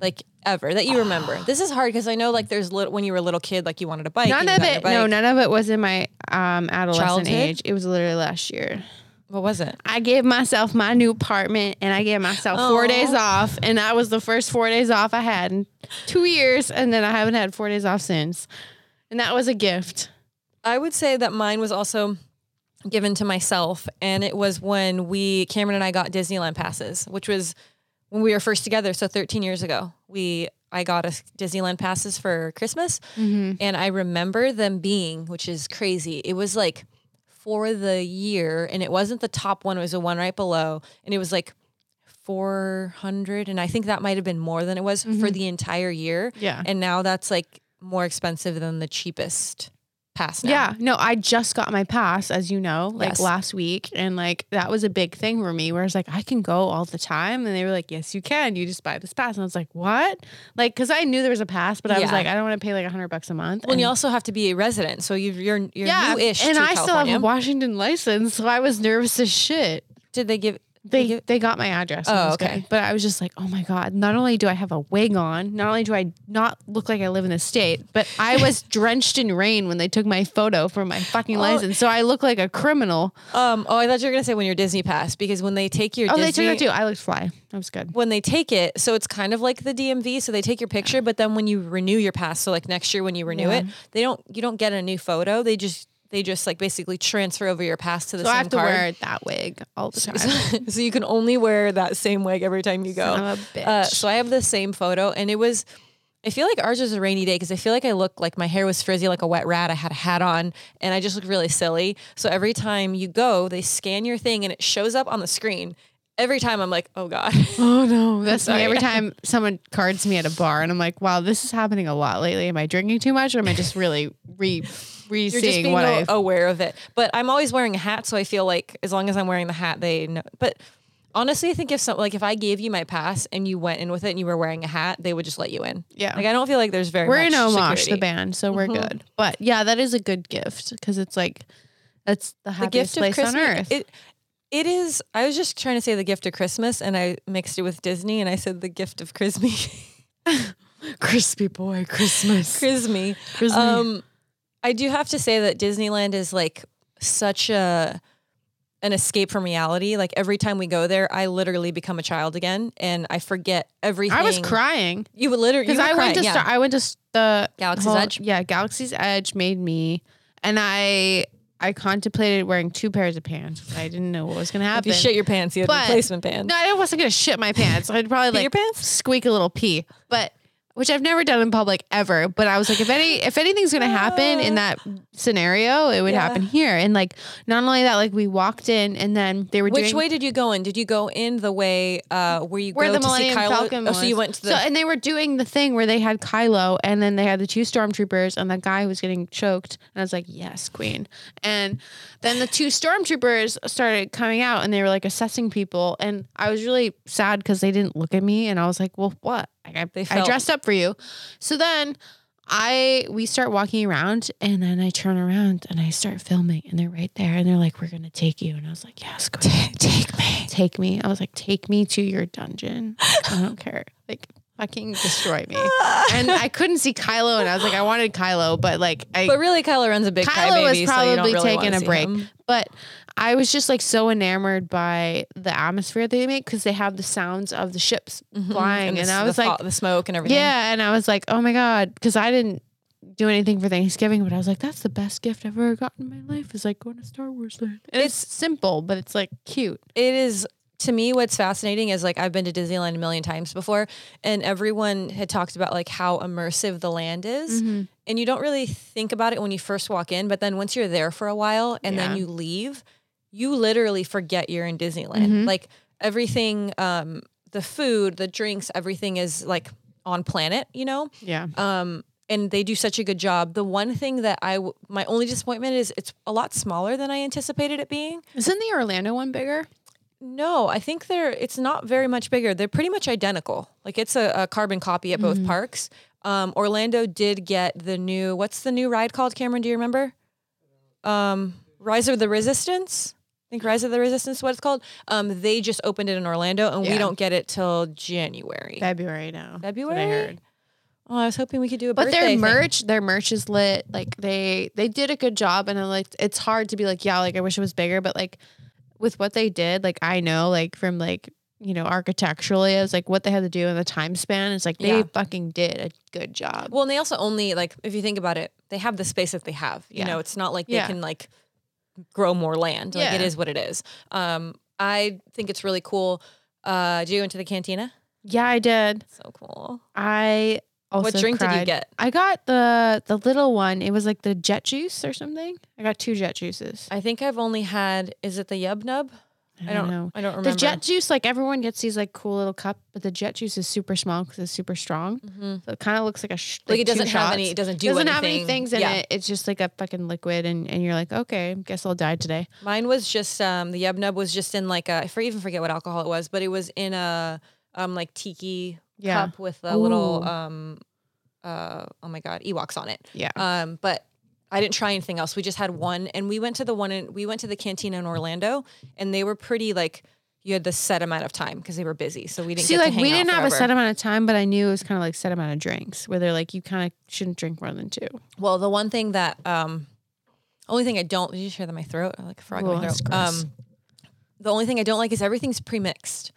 like ever that you remember? this is hard because I know like there's lit when you were a little kid, like you wanted a bike.
None
and you
of
got your
it. No,
bike.
none of it was in my um, adolescent
Childhood?
age. It was literally last year.
What was it?
I gave myself my new apartment and I gave myself four
Aw.
days off. And that was the first four days off I had in two years. And then I haven't had four days off since. And that was a gift.
I would say that mine was also given to myself, and it was when we Cameron and I got Disneyland passes, which was when we were first together, so 13 years ago. We I got us Disneyland passes for Christmas, and I remember them being, which is crazy. It was like for the year, and it wasn't the top one; it was the one right below, and it was like. 400 and I think that might have been more than it was for the entire year.
Yeah.
And now that's like more expensive than the cheapest pass now.
Yeah. No, I just got my pass, as you know, like
Yes.
last week. And like that was a big thing for me where I was like, I can go all the time. And they were like, Yes, you can. You just buy this pass. And I was like, What? Like, cause I knew there was a pass, but I was
Yeah.
like, I don't want to pay like a hundred bucks a month.
Well, and
And-
you also have to be a resident, so you, you're you're
yeah,
new-ish
and
to
I still have
California.
a Washington license, so I was nervous as shit.
Did they give?
They they got my address. and it
Oh,
was
okay.
good. But I was just like, oh my god! Not only do I have a wig on, not only do I not look like I live in the state, but I was drenched in rain when they took my photo for my
Oh.
fucking license, so I look like a criminal.
Um. Oh, I thought you were gonna say when your Disney pass, because when they take your
Oh,
Disney,
they took it too. I looked fly. That was good.
when they take it, so it's kind of like the DMV. So they take your picture, but then when you renew your pass, so like next year when you renew it, they don't you don't get a new photo. They just they just like basically transfer over your pass to the
So
same
I have to
card.
wear that wig all the time.
so you can only wear that same wig every time you go.
Son of a bitch.
Uh, so I have the same photo, and it was. I feel like ours was a rainy day because I feel like I looked like my hair was frizzy like a wet rat. I had a hat on, and I just looked really silly. So every time you go, they scan your thing, and it shows up on the screen. Every time I'm like, oh god.
Oh no, that's me.
sorry.
Every time someone cards me at a bar, and I'm like, "Wow, this is happening a lot lately. Am I drinking too much, or am I just really re re
You're just
seeing
being
what
a-
I?"
aware of it. But I'm always wearing a hat, so I feel like as long as I'm wearing the hat, they know. But honestly, I think if some like if I gave you my pass and you went in with it and you were wearing a hat, they would just let you in.
Yeah.
Like I don't feel like there's very
We're
much
in Omosh,
security.
the band, so we're good. But yeah, that is a good gift because it's like that's the
the
happiest
gift of
place
Christmas.
on earth.
It, it is. I was just trying to say the gift of Christmas, and I mixed it with Disney, and I said the gift of Chrismy.
crispy boy Christmas.
Chrismy.
Chrismy.
Um, I do have to say that Disneyland is like such a an escape from reality. Like every time we go there, I literally become a child again, and I forget everything.
I was crying
You would literally
because
you were
I
crying,
went to
yeah.
Star- I went to s- the
Galaxy's Edge?
Yeah, Galaxy's Edge made me, and I I contemplated wearing two pairs of pants. but I didn't know what was gonna
If
happen.
you shit your pants, you had
But-
replacement pants.
No, I wasn't gonna shit my pants. I'd probably like
your pants?
squeak a little pee, but which I've never done in public ever. But I was like, if any, if anything's gonna happen in that scenario, it would
Yeah.
happen here. And like, not only that, like we walked in and then they were
Which
doing
way did you go in? Did you go in the way uh, where you
where
go
the
to see
Millennium
Kylo?
Falcon
oh,
was.
so you went to the
So- and they were doing the thing where they had Kylo and then they had the two stormtroopers and that guy who was getting choked and I was like, "Yes, queen." And then the two stormtroopers started coming out and they were like assessing people and I was really sad cuz they didn't look at me and I was like, "Well, what? Like, I, I
felt-
dressed up for you." So then I we start walking around and then I turn around and I start filming and they're right there and they're like, "We're going to take you." And I was like, "Yes, queen."
Take me.
take me. I was like, take me to your dungeon. I don't care. Like, fucking destroy me. And I couldn't see Kylo, and I was like, I wanted Kylo, but like, I.
But really, Kylo Ren's a big
Kylo
crybaby,
was
so you don't
probably
really
taking
wanna
a
see
break,
him.
but I was just like so enamored by the atmosphere they make because they have the sounds of the ships flying,
Mm-hmm.
and,
the,
I
the
was
fo-
like,
the smoke and everything.
yeah, and I was like, oh my god, because I didn't do anything for Thanksgiving, but I was like, that's the best gift I've ever gotten in my life is like going to Star Wars Land. And it's, simple, but it's like cute.
it is to me what's fascinating is like I've been to Disneyland a million times before and everyone had talked about like how immersive the land is and you don't really think about it when you first walk in, but then once you're there for a while and then
Yeah.
you leave, you literally forget you're in Disneyland.
Mhm.
Like everything, um, the food, the drinks, everything is like on planet, you know?
Yeah.
Um, and they do such a good job. The one thing that I, w- my only disappointment is it's a lot smaller than I anticipated it being.
Isn't the Orlando one bigger?
No, I think they're it's not very much bigger. They're pretty much identical. Like it's a, a carbon copy at
Mm-hmm.
both parks. Um, Orlando did get the new what's the new ride called, Cameron? Do you remember? Um, Rise of the Resistance. I think Rise of the Resistance is what it's called. Um, they just opened it in Orlando and we
Yeah.
don't get it till January.
February now.
February.
heard.
Oh, I was hoping we could do a
But
birthday
their
thing.
merch, their merch is lit. Like they they did a good job, and I like it's hard to be like, yeah, like I wish it was bigger, but like with what they did, like I know, like from like you know architecturally, it's like what they had to do in the time span. It's like they
Yeah.
fucking did a good job.
Well, and they also only like if you think about it, they have the space that they have. You
Yeah.
know, it's not like they
Yeah.
can like grow more land. Like it
Yeah.
is what it is. Um, I think it's really cool. Uh, do you go into the cantina?
yeah, I did.
So cool.
I also
what drink did you
cried.
get?
I got the the little one. It was like the jet juice or something. I got two jet juices.
I think I've only had. Is it the Yub Nub? I don't
know.
I don't remember.
The jet juice, like everyone gets these like cool little cup, but the jet juice is super small because it's super strong.
Mhm.
So it kind of looks like a sh-
Like, it
two
doesn't have
shots.
any. It doesn't do
doesn't
anything.
have any things in
yeah.
it. It's just like a fucking liquid, and, and you're like, okay, guess I'll die today.
Mine was just um, the Yub Nub was just in like a. I for- even forget what alcohol it was, but it was in a um like tiki
Yeah,
cup with a little
Ooh.
um uh oh my god Ewoks on it.
yeah.
Um, but I didn't try anything else. We just had one, and we went to the one in we went to the cantina in Orlando, and they were pretty like you had the set amount of time because they were busy, so we didn't
See,
get to
like
hang
we
out
didn't have a
forever.
set amount of time, but I knew it was kind of like set amount of drinks where they're like, you kind of shouldn't drink more than two.
Well, the one thing that um, only thing I don't did you hear that in my throat I like a frog in
Ooh,
my
that's
throat.
gross.
Um, the only thing I don't like is everything's pre mixed,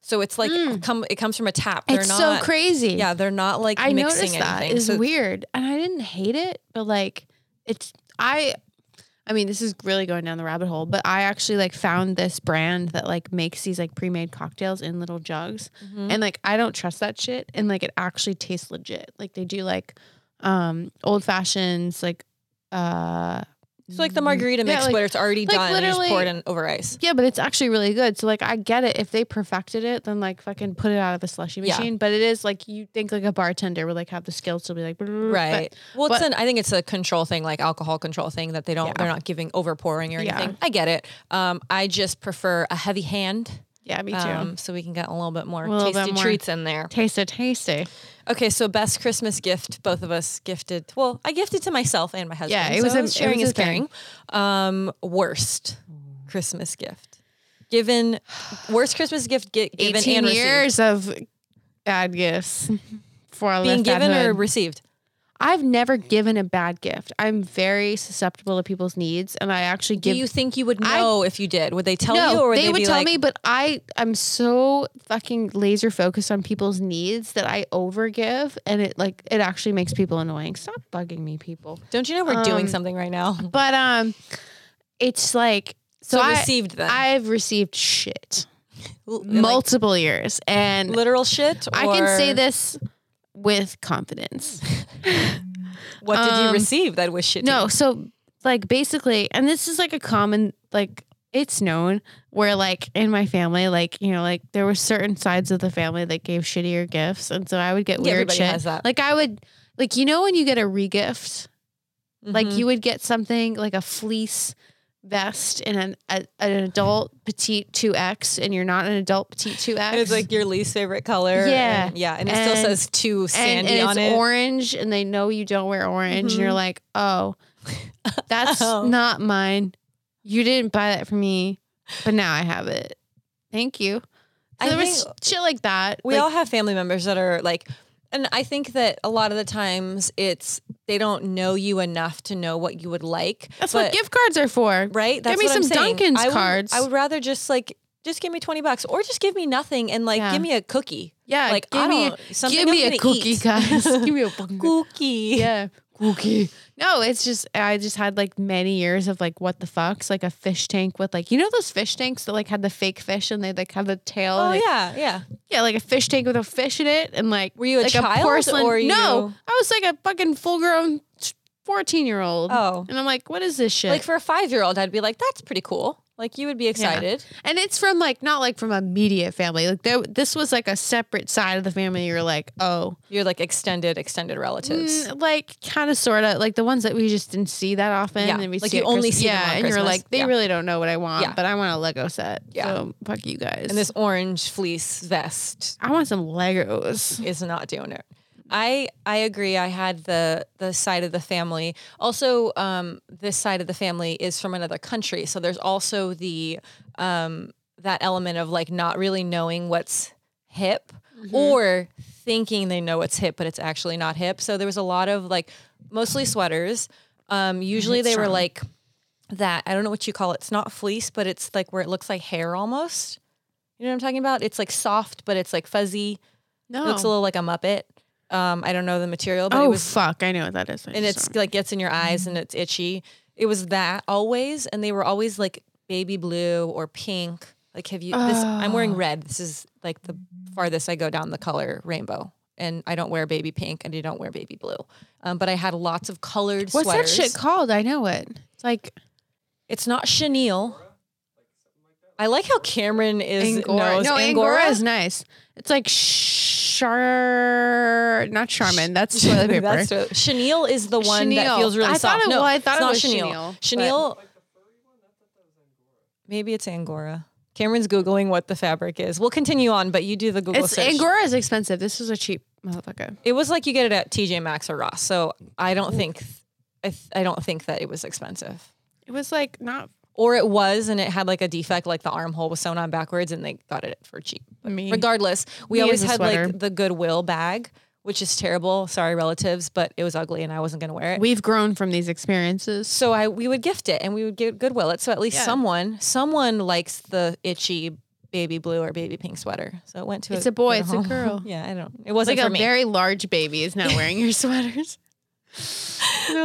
so it's like
Mm.
come it comes from a tap. They're
it's
not,
so crazy.
Yeah, they're not like
I
mixing
noticed that
anything.
is
so
weird, and I didn't hate it, but like it's I. I mean, this is really going down the rabbit hole, but I actually like found this brand that like makes these like pre-made cocktails in little jugs,
Mhm.
and like I don't trust that shit, and like it actually tastes legit. Like they do like um old fashions, like uh,
it's like the margarita
Yeah,
mix,
like-
but it's already
like,
done. And you just pour it
literally- Mm,
in over ice.
yeah, but it's actually really good. So like I get it if they perfected it, then like fucking put it out of a slushy
Yeah.
machine. But it is like you think like a bartender would like have the skills to be like "Brr," but
right well it's
but-
an i think it's a control thing like alcohol control thing that they don't
Yeah.
they're not giving over pouring or
Yeah.
anything i get it um i just prefer a heavy hand
yeah, me too.
um, so we can get a little bit more
A little bit
tasty
more.
treats in there
Tasty, tasty.
okay so best christmas gift both of us gifted well i gifted to myself and my husband
Yeah, it
so
was a- it
sharing
was
is
a thing.
caring um worst christmas gift given worst christmas gift gi- given
Eighteen
and received
years of bad gifts for I
being
left that
given or
hood.
received
I've never given a bad gift. I'm very susceptible to people's needs, and I actually
do
give.
you think you would
I-
know if you did would they tell
no,
you or would
they,
they,
would
be
tell
like,
me, but I am so fucking laser focused on people's needs that I overgive, and it like it actually makes people annoying. Stop bugging me, people.
don't you know we're doing
Um,
something right now
But um, it's like so.
So,
I,
received then.
I've received shit
L- like
multiple years, and
literal shit.
I can say
or
this with confidence.
What did you
um,
receive that was shit?
No, so like basically, and this is like a common like it's known where like in my family, like you know, like there were certain sides of the family that gave shittier gifts, and so I would get
Yeah,
weird
everybody
shit.
has that.
Like I would, like you know, when you get a regift, like
Mm-hmm.
you would get something like a fleece vest and an a, an adult petite two X, and you're not an adult petite two X.
it's like your least favorite color.
Yeah.
and, yeah, and it
And-
still says two
and,
sandy
and
on
it's
it.
orange and they know you don't wear orange and you're
Mhm.
like oh that's
Oh.
not mine you didn't buy that for me but now i have it thank you so
I
there was
think-
shit like that
we
like,
all have family members that are like, and I think that a lot of the times it's they don't know you enough to know what you would like.
that's
but,
what gift cards are for
right. That's
give me
what I'm
some
saying.
duncan's
I would-
cards
I would rather just like just give me twenty bucks, or just give me nothing and like
Yeah.
give me a cookie.
yeah
like
give
I
me
don't, something
give
I'm
me a
gonna
cookie
eat.
guys give me a fucking cookie
cookie.
yeah Cookie. No, it's just I just had like many years of like what the fucks, like a fish tank with like you know those fish tanks that like had the fake fish and they like had the tail.
Oh
like,
yeah, yeah.
yeah, like a fish tank with a fish in it, and like
Were you a
like
child or you-
No, I was like a fucking full grown fourteen year old.
Oh.
and I'm like, what is this shit?
Like for a five year old, I'd be like, that's pretty cool. Like you would be excited.
and it's from like not like from immediate family. Like there, this was like a separate side of the family. You're like, oh,
You're like extended, extended relatives.
Mm, like kind of sort of like the ones that we just didn't see that often.
Yeah,
and we
like
see
you
at
only
Christ-
see them
yeah,
on
and you're
Christmas.
like, they
Yeah.
really don't know what I want,
Yeah.
but I want a Lego set.
Yeah.
so fuck you guys.
And this orange fleece vest
I want some Legos.
is not doing it. I I agree. I had the the side of the family. Also, um, this side of the family is from another country, so there's also the um, that element of like not really knowing what's hip or thinking they know what's hip, but it's actually not hip. So there was a lot of like mostly sweaters. Um, usually they were
strong.
like that. I don't know what you call it. It's not fleece, but it's like where it looks like hair almost. You know what I'm talking about? It's like soft, but it's like fuzzy.
No,
It looks a little like a Muppet. Um, I don't know the material, but
oh
it was,
fuck, I know what that is. I
and
just
it's
don't-
like gets in your eyes and it's itchy. It was that always, and they were always like baby blue or pink. Like, have you? This, I'm
Oh.
wearing red. This is like the farthest I go down the color rainbow, and I don't wear baby pink and I don't wear baby blue. Um, but I had lots of colored
What's
sweaters.
that shit called? I know it. It's like
It's not chenille. I like how Cameron is
Angora.
knows
No,
angora.
Angora is nice. It's like char, not Charmin. That's toilet paper.
That's what- chenille is the one that
Chenille.
feels really
I thought
soft.
it
no,
was- I thought
it's
it
not
was
chenille.
chenille, but-
Chenille- Maybe it's angora. Cameron's googling what the fabric is. We'll continue on, but you do the Google
it's
search.
Angora is expensive. This was a cheap motherfucker.
It was like you get it at TJ Maxx or Ross. So I don't think I, th- I don't think that it was expensive.
It was like not
Or it was, and it had like a defect, like the armhole was sewn on backwards, and they got it for cheap. But
Me.
Regardless, we
Me
always
as a
had
sweater.
like the Goodwill bag, which is terrible. Sorry, relatives, but it was ugly, and I wasn't gonna wear it.
We've grown from these experiences.
So I we would gift it and we would give goodwill it. So at least
Yeah.
someone someone likes the itchy baby blue or baby pink sweater. So it went to
It's a boy,
good
it's a
home.
girl.
yeah, I don't. It wasn't
Like
for
a
me.
very large baby is now wearing your sweaters. They're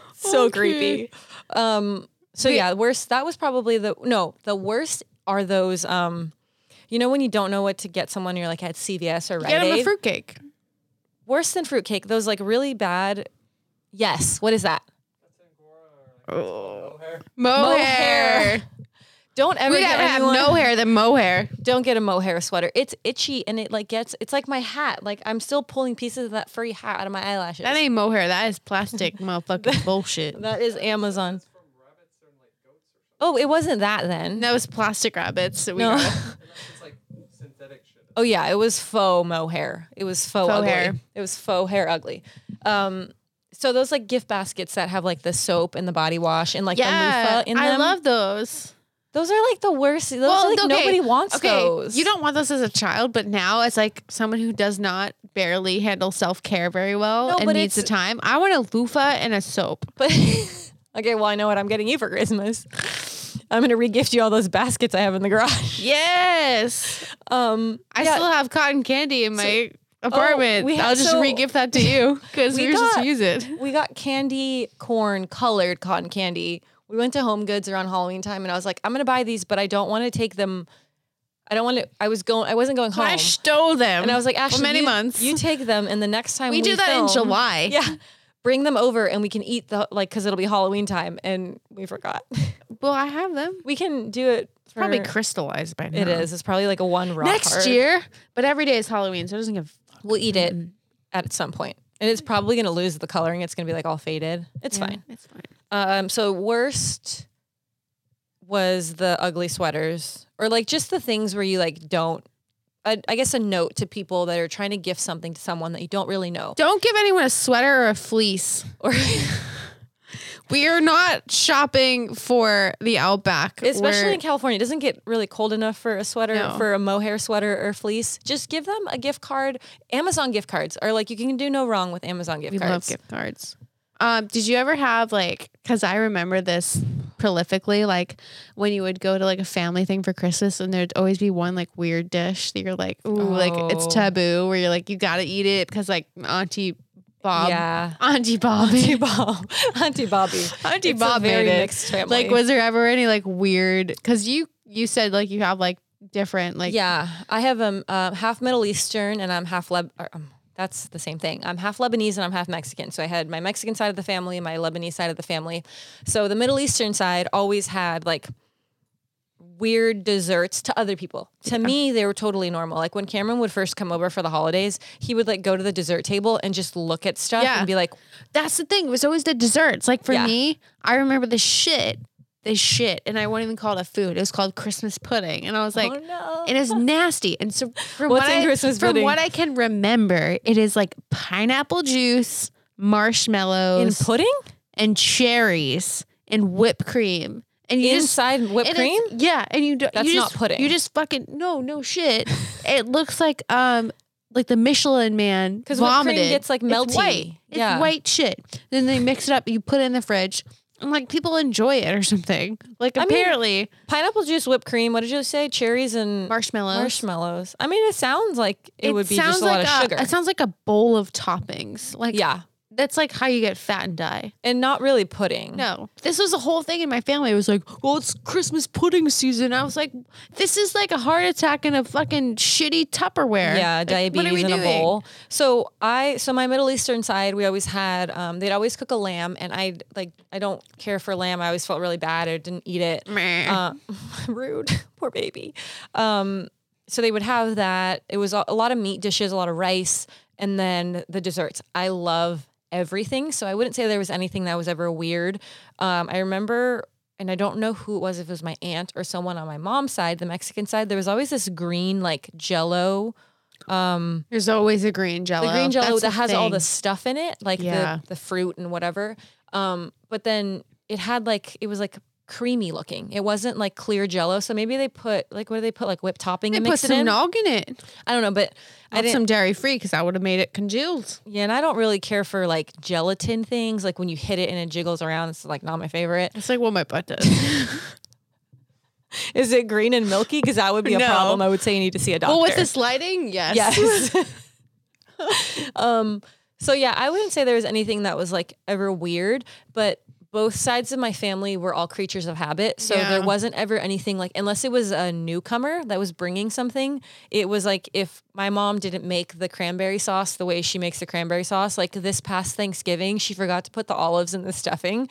Ah, so
okay.
creepy. Um. So
Wait.
yeah, worst. That was probably the no. The worst are those. Um. You know when you don't know what to get someone, you're like at CVS or Rite
get him a
Aid.
fruitcake.
Worse than fruitcake. Those like really bad. Yes. What is that?
Oh.
Mohair.
Mohair.
Don't ever
We'd
get
rather have
anyone-
no hair than mohair.
don't get a mohair sweater. It's itchy and it like gets it's like my hat. Like I'm still pulling pieces of that furry hat out of my eyelashes.
That ain't mohair. That is plastic motherfucking bullshit.
that is Amazon. Oh, it wasn't that then.
That was plastic rabbits. That we
No.
got.
It's like synthetic shit.
Oh yeah, it was faux mohair. It was faux,
Faux
ugly.
hair.
It was faux hair ugly. Um so those like gift baskets that have like the soap and the body wash and like the
yeah,
loofah in
I
them.
love those.
those are like the worst. Those are, like nobody wants
okay.
those.
You don't want those as a child, but now as like someone who does not barely handle self care very well
No,
and
but
needs the
it's-
time, I want a loofah and a soap.
But okay, well I know what I'm getting you for Christmas. I'm gonna regift you all those baskets I have in the garage.
Yes,
Um,
I
yeah, oh,
still have cotton candy in my apartment.
we
I'll
had-
just
so-
re-gift that to you because
We
we are just
got-
use it.
we got candy corn colored cotton candy. We went to Home Goods around Halloween time, and I was like, I'm gonna buy these, but I don't want to take them. I don't want to. I was going. I wasn't going home,
I stole them,
and I was like,
for
Ashley,
many
you,
months.
you take them, and the next time
we, do that in
film-
July.
Yeah, bring them over, and we can eat the like because it'll be Halloween time, and we forgot.
Well, I have them.
we can do it. For,
Probably crystallized by now.
It is. It's probably like a one rock.
next year, Mm-hmm. but every day is Halloween, so it doesn't give.
we'll eat it at some point, and it's probably gonna lose the coloring. It's gonna be like all faded. It's fine.
It's fine.
Um, so worst was the ugly sweaters, or like just the things where you like don't. I, I guess a note to people that are trying to gift something to someone that you don't really know.
Don't give anyone a sweater or a fleece.
Or
We are not shopping for the outback,
especially
We're-
in California, it doesn't get really cold enough for a sweater,
No.
for a mohair sweater or fleece. Just give them a gift card. Amazon gift cards are like you can do no wrong with Amazon gift
we
cards.
love gift cards. Um, did you ever have like? Because I remember this prolifically. Like when you would go to like a family thing for Christmas, and there'd always be one like weird dish that you're like, ooh, like it's
Oh.
taboo. Where you're like, you gotta eat it because like auntie Bob.
Yeah.
Auntie Bobby.
Bob, Auntie Bobby,
Auntie
It's a
Bob
very
made it.
mixed family.
Like, was there ever any like weird? Because you you said like you have like different like
yeah, I have um uh, half Middle Eastern and I'm half Leb. or, um, that's the same thing. I'm half Lebanese and I'm half Mexican. So I had my Mexican side of the family, and my Lebanese side of the family. So the Middle Eastern side always had like weird desserts to other people. To me, they were totally normal. Like when Cameron would first come over for the holidays, he would like go to the dessert table and just look at stuff
Yeah.
and be like,
That's the thing. It was always the desserts. Like for
Yeah.
me, I remember the shit, the shit, and I wouldn't even call it a food. It was called Christmas pudding, and I was like,
"Oh no."
it is nasty. And so from
What's
what
in
I,
Christmas
from
pudding?
what I can remember, it is like pineapple juice,
in
marshmallows,
pudding
and cherries, and whipped cream. And you just
inside whipped
and it's-
cream.
Yeah, and you don't.
That's
you
not
just,
pudding.
You just fucking no, no shit. it looks like um, like the Michelin man
'Cause whipped cream
vomited.
gets, like,
It's
melty.
white. It's
Yeah.
white shit. Then they mix it up. You put it in the fridge, and like people enjoy it or something. Like
I mean,
apparently
Pineapple juice, whipped cream. What did you say? Cherries and
marshmallows.
marshmallows. I mean, it sounds like it, would be just a lot
like
of sugar.
It sounds like a bowl of toppings. Like
yeah,
that's like how you get fat and die.
and not really pudding.
No, this was a whole thing in my family. It was like, well, it's Christmas pudding season. I was like, this is like a heart attack in a fucking shitty Tupperware.
Yeah,
Like,
diabetes
what are we
in
doing?
a bowl. So I, so my Middle Eastern side, we always had. Um, they'd always cook a lamb, and I like I don't care for lamb. I always felt really bad. I didn't eat it.
Meh.
Uh, rude, poor baby. Um, so they would have that. It was a, a lot of meat dishes, a lot of rice, and then the desserts. I love everything, so I wouldn't say there was anything that was ever weird. Um, I remember. And I don't know who it was, if it was my aunt or someone on my mom's side, the Mexican side, there was always this green, like jello
There's always a green jello.
the green jello
That's
that
the
has all
thing.
the stuff in it, like
Yeah.
the, the fruit and whatever. Um, but then it had like it was like creamy looking. It wasn't like clear jello. So maybe they put like what do they put like whipped topping
They
and
put
mix it
some
in?
nog in it.
I don't know, but I
Not
didn't
some dairy free because I would have made it congealed.
yeah, and I don't really care for like gelatin things. Like when you hit it and it jiggles around, it's like not my favorite.
It's like what my butt does.
Is it green and milky? Because that would be a
No.
problem. I would say you need to see a doctor.
well, with this lighting, yes.
Yes. um, so yeah, I wouldn't say there was anything that was like ever weird, but both sides of my family were all creatures of habit. So
Yeah.
there wasn't ever anything like, unless it was a newcomer that was bringing something, it was like if my mom didn't make the cranberry sauce the way she makes the cranberry sauce, like this past Thanksgiving, she forgot to put the olives in the stuffing.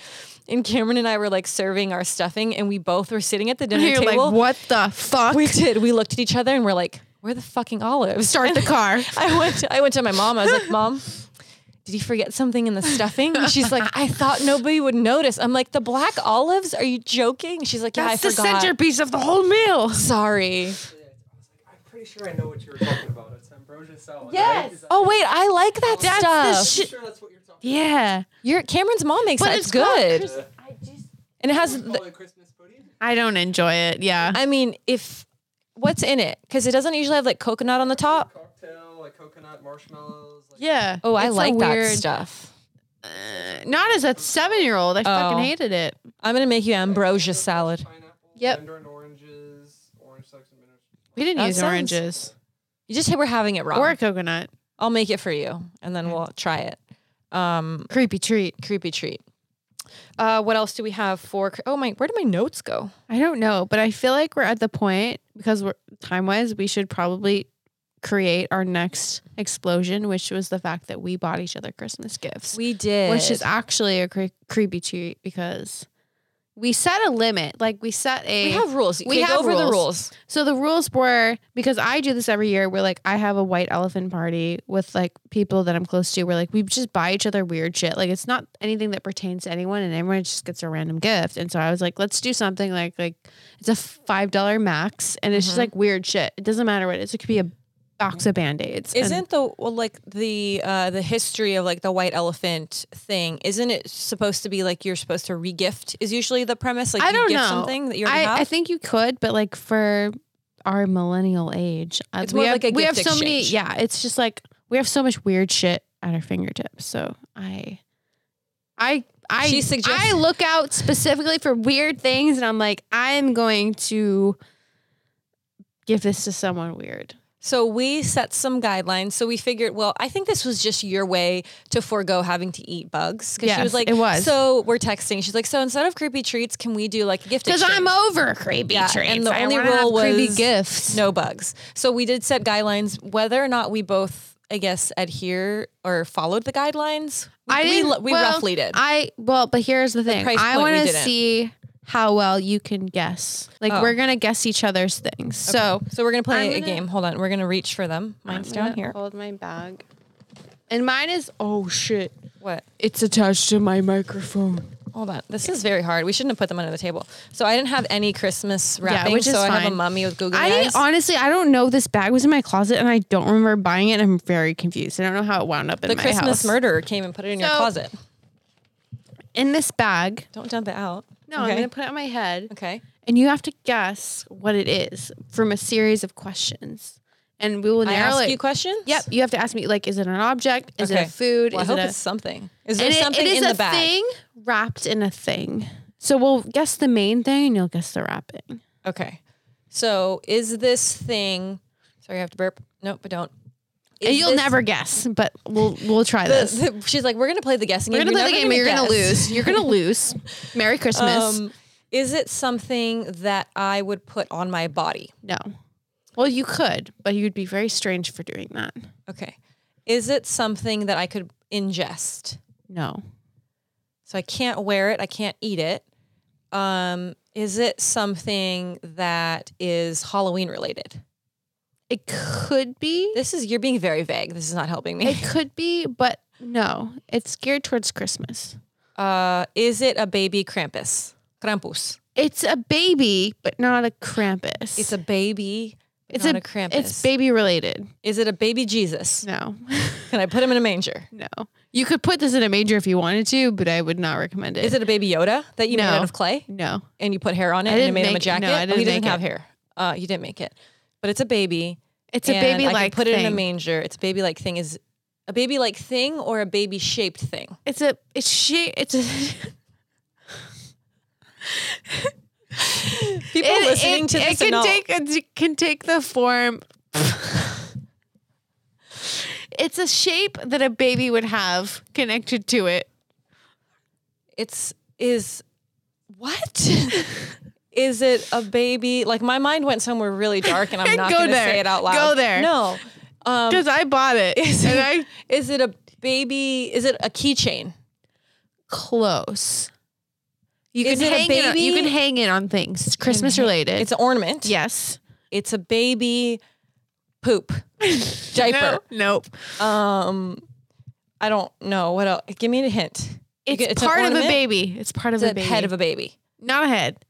And Cameron and I were like serving our stuffing, and we both were sitting at the dinner
You're
table.
like, what the fuck?
We did. We looked at each other and we're like, where are the fucking olives?
Start the car.
I went. To, I went to my mom. I was like, "Mom, did you forget something in the stuffing?" And she's like, "I thought nobody would notice." I'm like, "The black olives? Are you joking?" She's like, "Yeah,
That's
I
the
forgot."
centerpiece of the whole meal.
Sorry.
I'm pretty sure I know what you were talking about. It's ambrosia salad.
Yes.
Right? Is that-
Oh wait, I like that
That's the
stuff.
shit.
I'm sure that's what you're talking
Yeah.
Your Cameron's mom makes that. It's,
called
good,
Christmas-
and it has.
about.
The,
Call it Christmas pudding.
I don't enjoy it. Yeah.
I mean, if what's in it? Because it doesn't usually have like coconut on the top.
Cocktail, like coconut marshmallows. Like,
yeah.
Oh, I
It's a
like that
weird-
stuff.
Not as a seven year old. I
Oh.
fucking hated it.
I'm gonna make you ambrosia salad.
Pineapple,
Yep.
mandarin oranges, orange sucks and mandarin.
We didn't
That
use
sounds
oranges
You just we're having it wrong.
or coconut.
I'll make it for you, and then we'll try it. Um,
Creepy treat.
creepy treat. Uh, what else do we have for? Oh my, where do my notes go?
I don't know, but I feel like we're at the point because we're time wise, we should probably create our next explosion, which was the fact that we bought each other Christmas gifts,
We did.
which is actually a cre- creepy treat because we set a limit. Like we set a
we have rules.
we
Okay, go
have
over the
rules.
rules.
So the rules were because I do this every year. We're like, I have a white elephant party with like people that I'm close to. We're like, we just buy each other weird shit. Like it's not anything that pertains to anyone, and everyone just gets a random gift. And so I was like, let's do something like like it's a five dollar max, and it's just like weird shit. It doesn't matter what it is. It could be a box of band aids.
Isn't the well, like the uh, the history of like the white elephant thing? Isn't it supposed to be like you're supposed to regift? Is usually the premise like
I
you
don't
gift
know
something that you already
I,
have.
I think you could, but like for our millennial age, uh,
It's
we
more
have,
like a
we
gift
have so many.
exchange.
Yeah, it's just like we have so much weird shit at our fingertips. So I, I, I,
She suggests-
I look out specifically for weird things, and I'm like, I'm going to give this to someone weird.
So we set some guidelines. So we figured, well, I think this was just your way to forego having to eat bugs. Because
Yes,
she was like,
it was.
So we're texting. She's like, so instead of creepy treats, can we do like a gift?
Because
exchange?
I'm over creepy
Yeah,
treats.
and the
I
only
wanna have
rule
creepy
was
gifts.
no bugs. So we did set guidelines. Whether or not we both, I guess, adhere or followed the guidelines, we,
I didn't,
we, lo- we
well,
roughly did.
I well, but here's the thing.
price point,
I
we
want to
didn't.
see how well you can guess. Like
Oh.
we're gonna guess each other's things. So
so we're gonna play
I'm
a
gonna-
game. Hold on, we're gonna reach for them. Mine's down here.
Hold my bag. And mine is oh shit.
What?
It's attached to my microphone.
Hold on. This is very hard. We shouldn't have put them under the table. So I didn't have any Christmas wrapping.
which is
so I have
fine.
a mummy with googly
I
eyes.
honestly, I don't know. This bag was in my closet, and I don't remember buying it. And I'm very confused. I don't know how it wound up in
the
my
Christmas
house.
murderer came and put it in your
So-
closet.
in this bag.
Don't dump it out.
No,
okay.
I'm gonna put it on my head,
okay.
and you have to guess what it is from a series of questions, and we will
I
narrow
ask
it.
you questions.
Yep, you have to ask me like, is it an object? Is it
Okay.
a food?
Well, I
is
hope
it a-
it's something. Is there
And it-
something
it is
in
a
the bag?
thing wrapped in a thing. So we'll guess the main thing, and you'll guess the wrapping.
Okay. So is this thing? Sorry, I have to burp. Nope, I don't.
and
Is
you'll
this-
never guess, but we'll we'll try this.
The, the, she's like, we're gonna play the guessing.
We're
game.
gonna play the game,
never
but you're gonna
guess."
lose. You're gonna lose. Merry Christmas.
Um, is it something that I would put on my body?
no. Well, you could, but you'd be very strange for doing that.
Okay. Is it something that I could ingest?
No.
So I can't wear it. I can't eat it. Um, is it something that is Halloween related?
It could be.
This is you're being very vague. This is not helping me.
It could be, but no. It's geared towards Christmas.
Uh, is it a baby Krampus? Krampus.
It's a baby, but not a Krampus.
It's a baby. but
It's
not
a-
a Krampus.
It's baby related.
is it a baby Jesus?
No.
Can I put him in a manger?
no. You could put this in a major if you wanted to, but I would not recommend it.
Is it a baby Yoda that you made
No.
out of clay
No.
and you put hair on it
I
and you
didn't
made him a
make- no,
jacket?
I
Oh,
didn't
he didn't
make
have
it.
hair. Uh, you didn't make it, but it's a baby.
It's a
and I can
baby like
Put it
thing.
in a manger. It's a baby like thing. Is a baby like thing or a baby shaped thing?
It's a it's she it's a
People listening to this
it
and
can
all-
take it can take the form. it's a shape that a baby would have connected to it.
it's is what. Is it a baby? Like my mind went somewhere really dark, and I'm not
Go
going to
there.
say it out loud.
Go there.
No, um,
Because I bought it. and I
Is it a baby? Is it a keychain?
close. You
Is
can
it a
hang it on- you
baby?
can hang it on things. It's Christmas related.
It's an ornament.
yes.
It's a baby poop diaper.
No, nope.
Um, I don't know what else. Give me a hint. You
It's,
get- an
part of a
ornament?
baby. It's part of
It's
a baby.
head of a baby.
Not a head.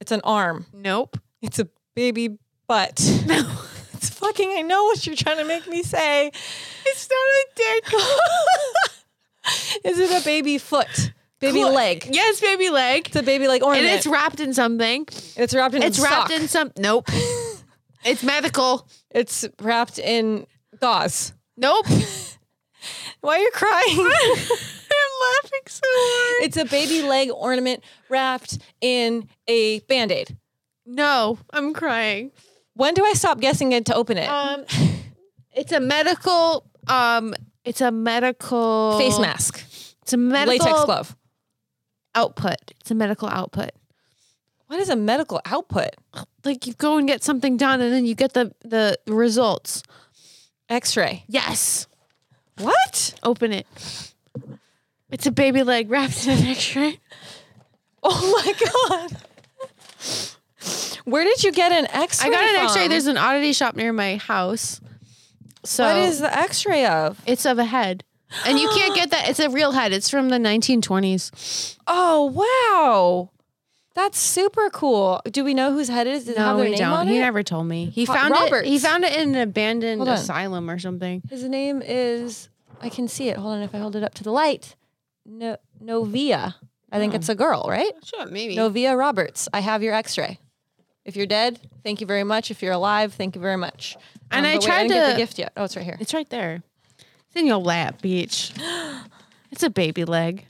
It's an arm.
Nope.
It's a baby butt. No. It's fucking. I know what you're trying to make me say.
It's not a dick.
Is it a baby foot? Baby
Clo-
leg.
Yes, baby leg.
It's a baby leg
And
ornament.
it's wrapped in something.
It's wrapped in.
It's wrapped
sock.
in some. Nope. it's medical.
It's wrapped in gauze.
Nope. I'm
Why are you crying?
laughing so hard.
It's a baby leg ornament wrapped in a band aid.
no, I'm crying.
When do I stop guessing it to open it?
Um, it's a medical. Um, it's a medical
Face mask,
It's a medical
latex glove.
output. It's a medical output.
What is a medical output?
Like you go and get something done, and then you get the the results.
X ray.
Yes.
What?
Open it. It's a baby leg wrapped in an X-ray.
Oh my God. Where did you get an x
I
ray?
got an X-ray. There's an oddity shop near my house. So
What is the x ray of?
It's of a head. And you can't get that. It's a real head. It's from the 1920s.
Oh, wow. That's super cool. Do we know whose head it is? Does it have their name on
He
it?
never told me. He
Ho-
found it. He
Roberts.
found it in an abandoned
Hold on.
asylum or something.
His name is I can see it. Hold on, if I hold it up to the light, no Novia. I think it's a girl, right?
Hmm. Sure, maybe.
Novia Roberts. I have your X-ray. If you're dead, thank you very much. If you're alive, thank you very much. Um,
And I
but wait,
tried
didn't get
to-
the gift yet. Oh, it's right here.
It's right there. It's in your lap, beach. It's a baby leg.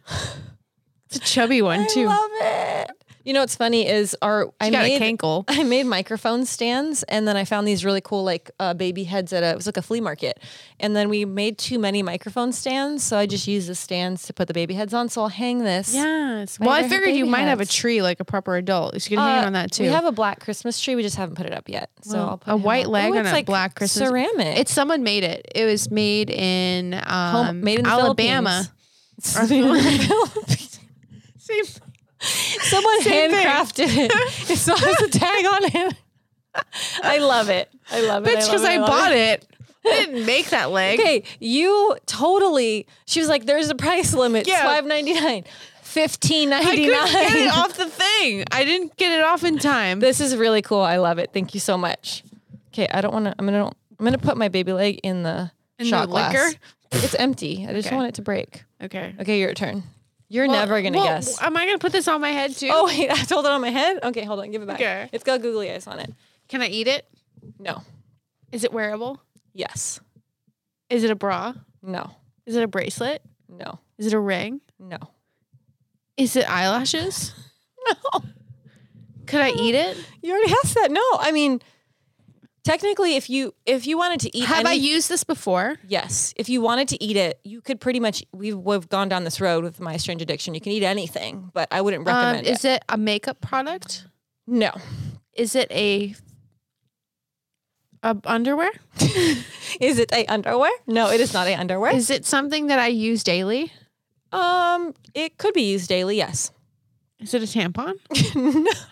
It's a chubby one too.
love it. You know what's funny is our I
got a
made
cankle.
I made microphone stands, and then I found these really cool like uh, baby heads at a it was like a flea market, and then we made too many microphone stands, so I just used the stands to put the baby heads on. So I'll hang this.
Yes.
My
Well, I
other
figured you
baby
might have a
hats.
tree like a proper adult. So you can
Uh,
hang on that too.
We have a black Christmas tree. We just haven't put it up yet. So
Well,
I'll put
a
him
white
up.
leg
Ooh,
and
it's
a
like
black Christmas-
ceramic.
it's someone made it. It was made in um,
Home- made in the
Alabama.
Philippines.
Same.
Someone
Same thing.
handcrafted it. It's not has a tag on it. I love it. I love it.
Bitch, because I,
love
bought it. I didn't make that leg.
Okay, you totally. She was like, "There's a price limit.
Yeah.
Five ninety nine, fifteen
I
ninety
couldn't get it
nine.
off the thing. I didn't get it off in time.
This is really cool. I love it. Thank you so much. Okay, I don't want to. I'm gonna. I'm gonna put my baby leg in the
In
shot
the
glass.
liquor?
It's empty. I just
Okay.
want it to break.
Okay.
Okay, your turn. You're
Well,
never gonna
well,
guess.
Am I gonna put this on my head too?
oh wait, I told it on my head. Okay, hold on. Give it back.
Okay.
It's got googly eyes on it.
Can I eat it?
No.
Is it wearable?
Yes.
Is it a bra?
No.
Is it a bracelet?
No.
Is it a ring?
No.
Is it eyelashes?
No.
Could
Uh,
I eat it?
You already asked that. No. I mean, technically, if you if you wanted to eat,
Have I
any-
used this before?
Yes. If you wanted to eat it, you could pretty much. We've, we've gone down this road with my strange addiction. You can eat anything, but I wouldn't
Um,
recommend it.
is it a makeup product?
No.
Is it a, a underwear?
Is it a underwear? No, it is not a underwear.
Is it something that I use daily?
um, it could be used daily. Yes.
Is it a tampon?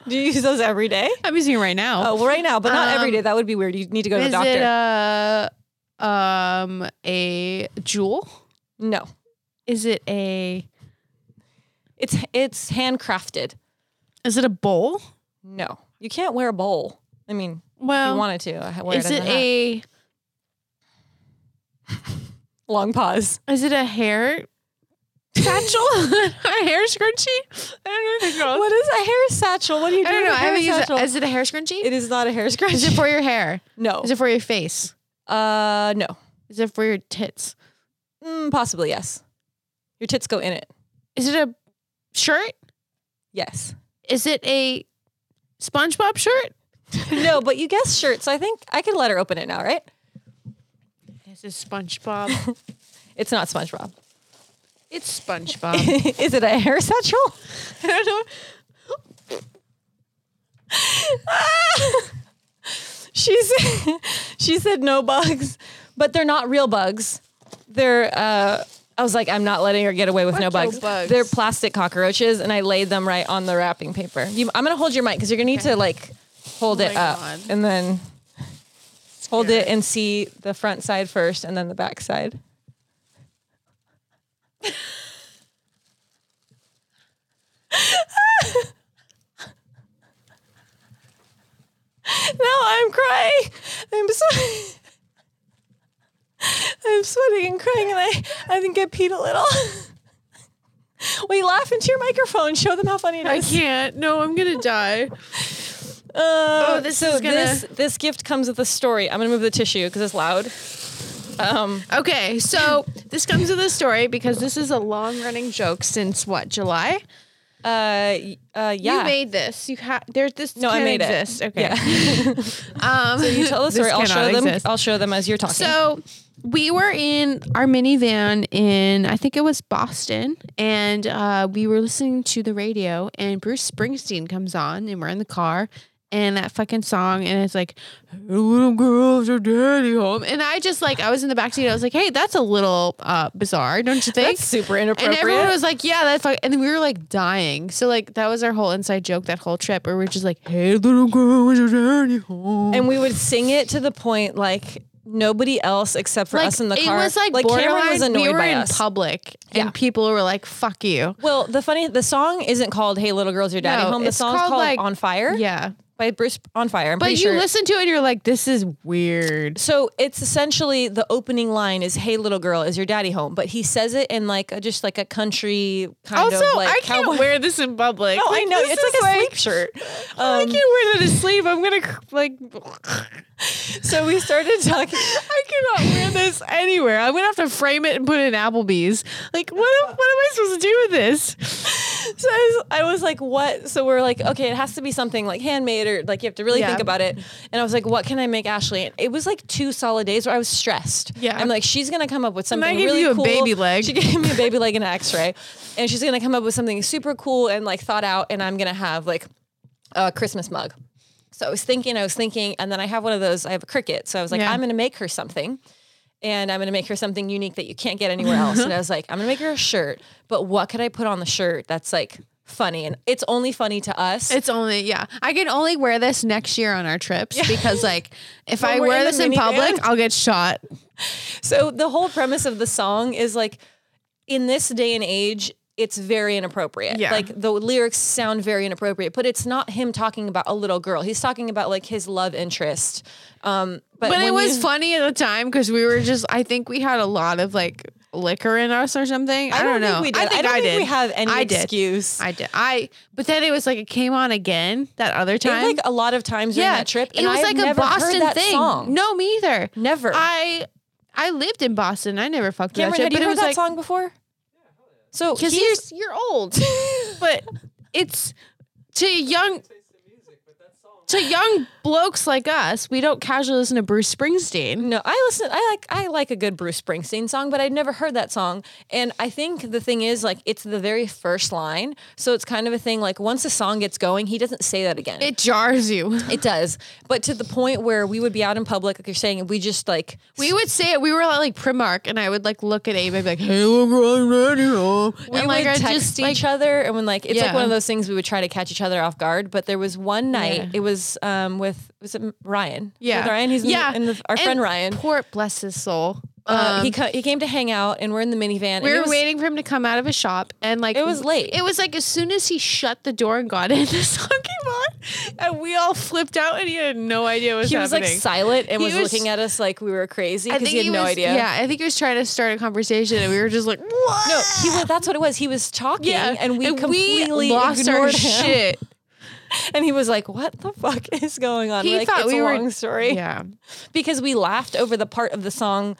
Do you use those every day?
I'm using it right now.
Oh, well, right now, but not every
Um,
day. That would be weird. You need to go to the
is
doctor.
it a um a jewel?
no.
Is it a
It's it's handcrafted.
is it a bowl?
No, you can't wear a bowl. I mean, if you
Well,
wanted to. I wear
is
it, as
it
a, hat.
a
long pause?
is it a hair satchel? a hair scrunchie? I don't know what they're called.
What is a hair satchel? What do you do?
I don't
with a
know. I
hair
haven't used
satchel?
it. Is it a hair scrunchie?
It is not a hair scrunchie.
Is it for your hair?
no.
Is it for your face?
uh, no.
Is it for your tits?
Mm, possibly yes. Your tits go in it.
Is it a shirt?
Yes.
Is it a SpongeBob shirt?
no, but you guessed shirt, so I think I can let her open it now, right?
This is SpongeBob.
It's not SpongeBob.
it's SpongeBob.
is it a hair satchel?
I don't know.
she said, she said no bugs, but they're not real bugs. They're uh, I was like, I'm not letting her get away with no
your
bugs.
bugs.
They're plastic cockroaches, and I laid them right on the wrapping paper. You, I'm gonna hold your mic because you're gonna need to like hold
Oh
it
my
up
God.
and then hold it and see the front side first, and then the back side. No, I'm crying. I'm sorry. I'm sweating and crying, and I, I think I peed a little. Wait, laugh into your microphone. Show them how funny it
I
is.
can't. No, I'm gonna die.
Uh,
Oh, this
so
is gonna-
this this gift comes with a story. I'm gonna move the tissue because it's loud. Um,
Okay, so this comes to the story because this is a long running joke since what July.
uh, y- uh, yeah.
You made this. You ha- there. This
no, I
can't
made
exist.
it.
Okay.
Yeah.
Um, so
you tell the story. I'll show them. I'll show them as you're talking.
So we were in our minivan in I think it was Boston, and uh, we were listening to the radio, and Bruce Springsteen comes on, and we're in the car, and that fucking song, and it's like little girls are daddy home, and I just like I was in the backseat, I was like, hey, that's a little uh, bizarre, don't you think?
That's super
and
inappropriate.
everyone was like, "Yeah, that's fuck," and then we were like dying. So like that was our whole inside joke that whole trip, where we are just like, "Hey, little girl, is your daddy home?"
and we would sing it to the point like nobody else except for us in the
it
car.
was like,
Cameron
borderline,
was annoyed
we were
by
in
us.
public,
Yeah.
and people were like, "Fuck you."
Well, the funny the song isn't called "Hey Little Girls, Your Daddy
No,
Home." The
it's
song's
called,
called,
like-
"On Fire"
Yeah,
by Bruce on Fire. I'm
but
pretty
you
sure.
listen to it, and you're like, "This is weird."
so it's essentially the opening line is "Hey little girl, is your daddy home?" But he says it in like a, just like a country kind of like cowboy.
wear this in public.
No, I know
this
it's
is
like a sleep shirt.
I
Um,
can't wear that asleep. I'm gonna cr- like.
so we started talking.
I cannot wear this anywhere. I'm gonna have to frame it and put it in Applebee's. Like, what? What am I supposed to do with this?
So I was, I was like, what? So we're like, okay, it has to be something like handmade or like you have to really
Yeah.
think about it. And I was like, what can I make Ashley? And it was like two solid days where I was stressed.
Yeah.
I'm like, she's going to come up with something
I gave
really
you a
cool.
baby leg.
She gave me a baby leg and an x-ray. And she's going to come up with something super cool and like thought out. And I'm going to have like a Christmas mug. So I was thinking, I was thinking, and then I have one of those, I have a cricket. So I was like,
Yeah.
I'm going to make her something and I'm going to make her something unique that you can't get anywhere else. and I was like, I'm going to make her a shirt, but what could I put on the shirt that's like funny? And it's only funny to us.
It's only yeah. I can only wear this next year on our trips because like if I
we're
wear
in the
this in
minivan.
public, I'll get shot.
so the whole premise of the song is like, in this day and age, it's very inappropriate.
Yeah.
Like the lyrics sound very inappropriate, but it's not him talking about a little girl. He's talking about like his love interest. Um, but
But it
when
was
you-
funny at the time because we were just. I think we had a lot of like liquor in us or something. I,
don't
know.
think we did.
I think
I don't
I
think
did.
we have any
I did.
excuse.
I did. I. But then it was like it came on again that other
It,
time.
like a lot of times during that trip, and
it was
I've
like a
never heard
Boston
that
thing.
Song.
No, me either.
Never.
I. I lived in Boston. I never fucked
Cameron,
with that
had
shit.
you
but it
heard
was
that
like
song before? So
because
here's-
you're you're old, but it's to young to young blokes like us. We don't casually listen to Bruce Springsteen.
No, I listen. I like I like a good Bruce Springsteen song, but I'd never heard that song. And I think the thing is, like, it's the very first line, so it's kind of a thing. Like, once the song gets going, he doesn't say that again.
It jars you.
It does, but to the point where we would be out in public, like you're saying, and we just like
We would say it. We were at like Primark, and I would like look at Abe and be like, "Hey, look what I'm ready to."
we
and
would
like I'd
text each other, and when like it's like
Yeah.
one of those things we would try to catch each other off guard. But there was one night it was um with was it Ryan?
yeah,
with Ryan. He's in the-
yeah,
in the, our friend
And
Ryan.
Poor bless his soul.
Uh,
Um,
he co- he came to hang out, and we're in the minivan.
we
and it
were
was-
waiting for him to come out of his shop, and like
It was late.
It was like as soon as he shut the door and got in, the song came on, and we all flipped out, and he had no idea what was
He was
happening.
like silent and
He
was,
was-
looking at us like we were crazy because he had no
was,
idea.
Yeah, I think he was trying to start a conversation, and we were just like, "What?"
No, he was, that's what it was. He was talking and we completely
lost
ignored
our
him.
shit.
And he was like, "What the fuck is going on?"
He
We're like,
thought
it's
we
a
were-
long story
Yeah.
because we laughed over the part of the song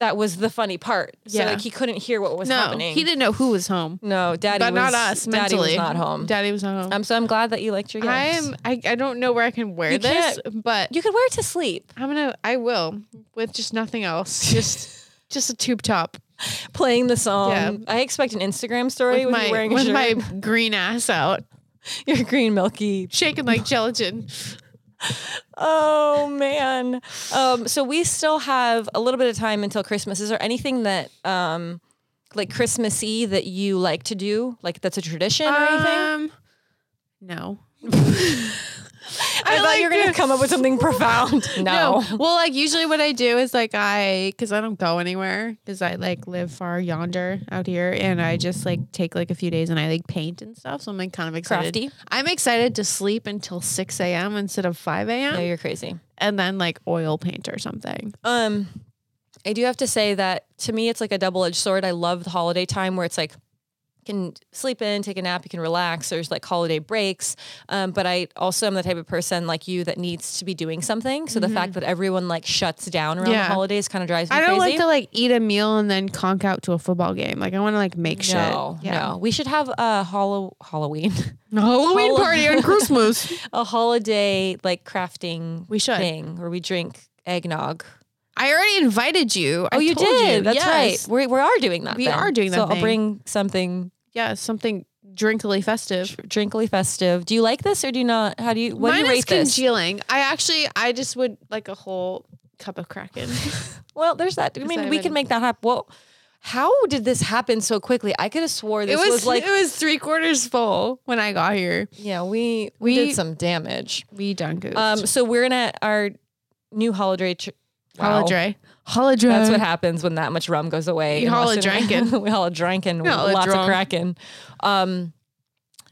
that was the funny part. So
Yeah.
like he couldn't hear what was
No,
happening.
he didn't know who was home,
No, daddy
but
was
not us.
Daddy
mentally,
was not home.
Daddy was not home.
um, so I'm glad that you liked your gifts.
I am. I, I don't know where I can wear
You
this, but
You could wear it to sleep,
I'm gonna. I will with just nothing else. Just just a tube top
playing the song.
Yeah.
I expect an Instagram story
with
with,
my
you wearing a
with
shirt,
my green ass out,
your green milky
shaking like gelatin.
Oh man. Um, so we still have a little bit of time until Christmas. Is there anything that um like Christmassy that you like to do? Like that's a tradition or anything?
Um, no.
I, thought you were gonna come up with something profound. No.
Well, like usually what I do is like I, cause I don't go anywhere, cause I like live far yonder out here, and I just like take like a few days and I like paint and stuff. So I'm like kind of excited.
Crafty.
I'm excited to sleep until 6 a.m. instead of 5 a.m.
No, you're crazy.
and then like oil paint or something.
Um I do have to say that to me it's like a double edged sword. I love the holiday time where it's like you can sleep in, take a nap, you can relax. There's like holiday breaks. Um, but I also am the type of person like you that needs to be doing something. So the fact that everyone like shuts down around
Mm-hmm. Yeah.
the holidays kind of drives me
I don't
crazy.
like to like eat a meal and then conk out to a football game. Like I want to like make
No,
shit. Yeah.
no. We should have a hollow Halloween,
Halloween
Hol-
party on Christmas.
a holiday like crafting
We should.
thing where we drink eggnog.
I already invited you. I
oh, you
told
did.
You.
That's
Yes.
right. We we are doing that.
We
then.
are doing that
So I'll
thing.
bring something
Yeah, something drinkily festive.
drinkly festive. Do you like this or do you not? How do you? What
Mine
do you rate
is
this?
congealing. I actually, I just would like a whole cup of Kraken.
well, there's that. I mean, we
Decided.
can make that happen. Well, how did this happen so quickly? I could have swore
it
this
was,
was, like.
it was three quarters full when I got here.
yeah, we, we
We-
did some damage.
We done goofed.
Um, so we're gonna our new holiday. Tr- wow.
Holodre. Holodre.
That's what happens when that much rum goes away.
We
in
holla
Austin.
drinking.
we holla drinking.
We holla
Lots of
drunk.
cracking. Um,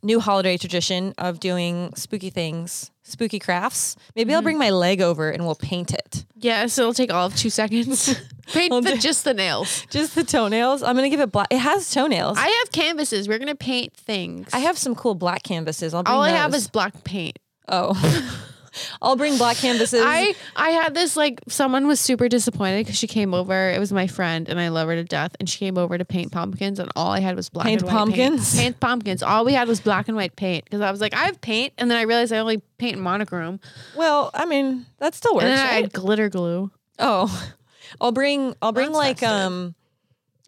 new holiday tradition of doing spooky things, spooky crafts. Maybe
Mm-hmm.
I'll bring my leg over and we'll paint it.
Yeah, so it'll take all of two seconds. Paint the, just the nails.
Just the toenails. I'm gonna give it black. It has toenails.
I
I,
have canvases. We're gonna paint things.
have some cool black canvases. I'll bring
all I
those.
have is black paint.
oh. I'll bring black canvases.
I I had this like someone was super disappointed because she came over. It was my friend, and I love her to death. And she came over to paint pumpkins, and all I had was black
Paint
and white
pumpkins?
Paint. paint pumpkins. All we had was black and white paint because I was like, I have paint, and then I realized I only paint in monochrome,
well, I mean that still works.
and then I
right?
had glitter glue.
Oh, I'll bring I'll bring
That's
like
festive.
um,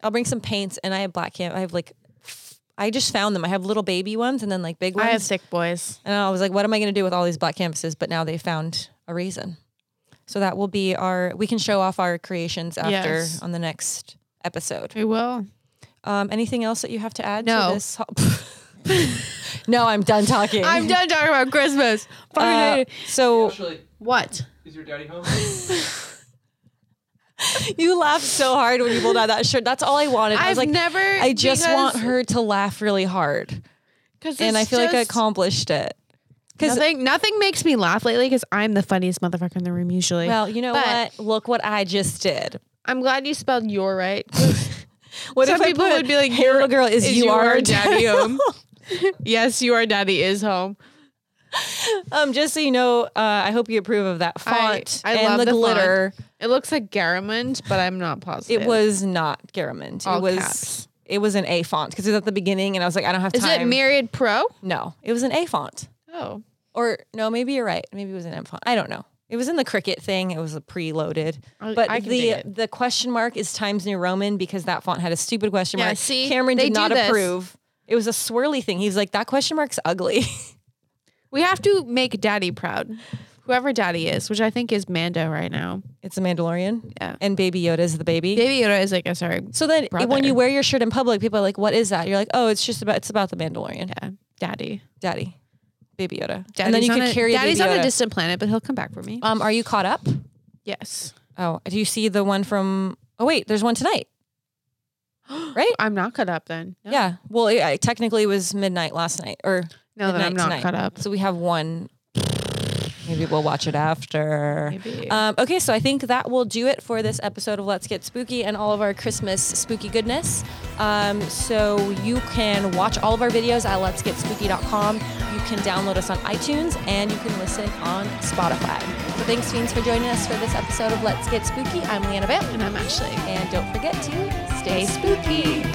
I'll bring some paints and I have black can. I have like, f- I just found them. I have little baby ones and then like big ones.
I have sick boys.
and I was like, what am I going to do with all these black canvases? But now they found a reason. So that will be our. We can show off our creations after
Yes.
on the next episode.
I will.
Um, anything else that you have to add?
No.
to this? ho- no, I'm done talking.
I'm done talking about Christmas.
Uh,
Fucking-
so
Ashley,
what?
is your daddy home?
you laughed so hard when you pulled out that shirt. That's all I wanted. I
I've
was like,
never.
I just want her to laugh really hard. and I feel like I accomplished it. Because
Nothing, nothing makes me laugh lately because I'm the funniest motherfucker in the room usually.
well, you know
But-
what? Look what I just did.
I'm glad you spelled your right.
What
Some
if
people
I put,
would be like,
"Hey,
you're-
little girl, is, you, are a daddy?"
home? yes, you are daddy is home.
Um, just so you know, uh, I hope you approve of that font
I
and
love
the,
the
glitter.
It looks like Garamond, but I'm not
It
positive.
was not Garamond.
All
it was
caps.
it was an A font because it was at the beginning, and I was like, I don't have
Is
time.
it Myriad Pro?
no, it was an A font,
Oh,
or no, maybe you're right. Maybe it was an M font. I don't know. It was in the Cricut thing. It was a preloaded,
I-
but
I can dig
the
it.
the question mark is Times New Roman because that font had a stupid question
Yeah,
mark.
see?
Cameron
They
did
do
not
this.
approve. It was a swirly thing. He's like, that question mark's ugly.
we have to make Daddy proud. Whoever Daddy is, which I think is Mando right now.
it's a Mandalorian.
Yeah.
And Baby Yoda is the baby.
Baby Yoda is like, oh, sorry,
so then when
brother.
you wear your shirt in public, people are like, what is that? You're like, oh, it's just about it's about the Mandalorian.
yeah, Daddy.
Daddy. Baby Yoda.
Daddy's
and then you
on
could
a-
carry
Daddy's
Baby
on
Yoda.
a distant planet, but he'll come back for me.
um, are you caught up?
yes,
Oh, do you see the one from Oh wait, there's one tonight. Right?
I'm not caught up then. No.
Yeah. Well, it, I, technically it was midnight last night or
no, then
midnight
I'm not
tonight.
caught up.
So we have one. Maybe we'll watch it after.
Maybe.
Um, okay, so I think that will do it for this episode of Let's Get Spooky and all of our Christmas spooky goodness. Um, so you can watch all of our videos at letsgetspooky.com. You can download us on iTunes and you can listen on Spotify. So thanks, Fiends, for joining us for this episode of Let's Get Spooky. I'm Leanna Vale.
and I'm Ashley.
And don't forget to stay spooky.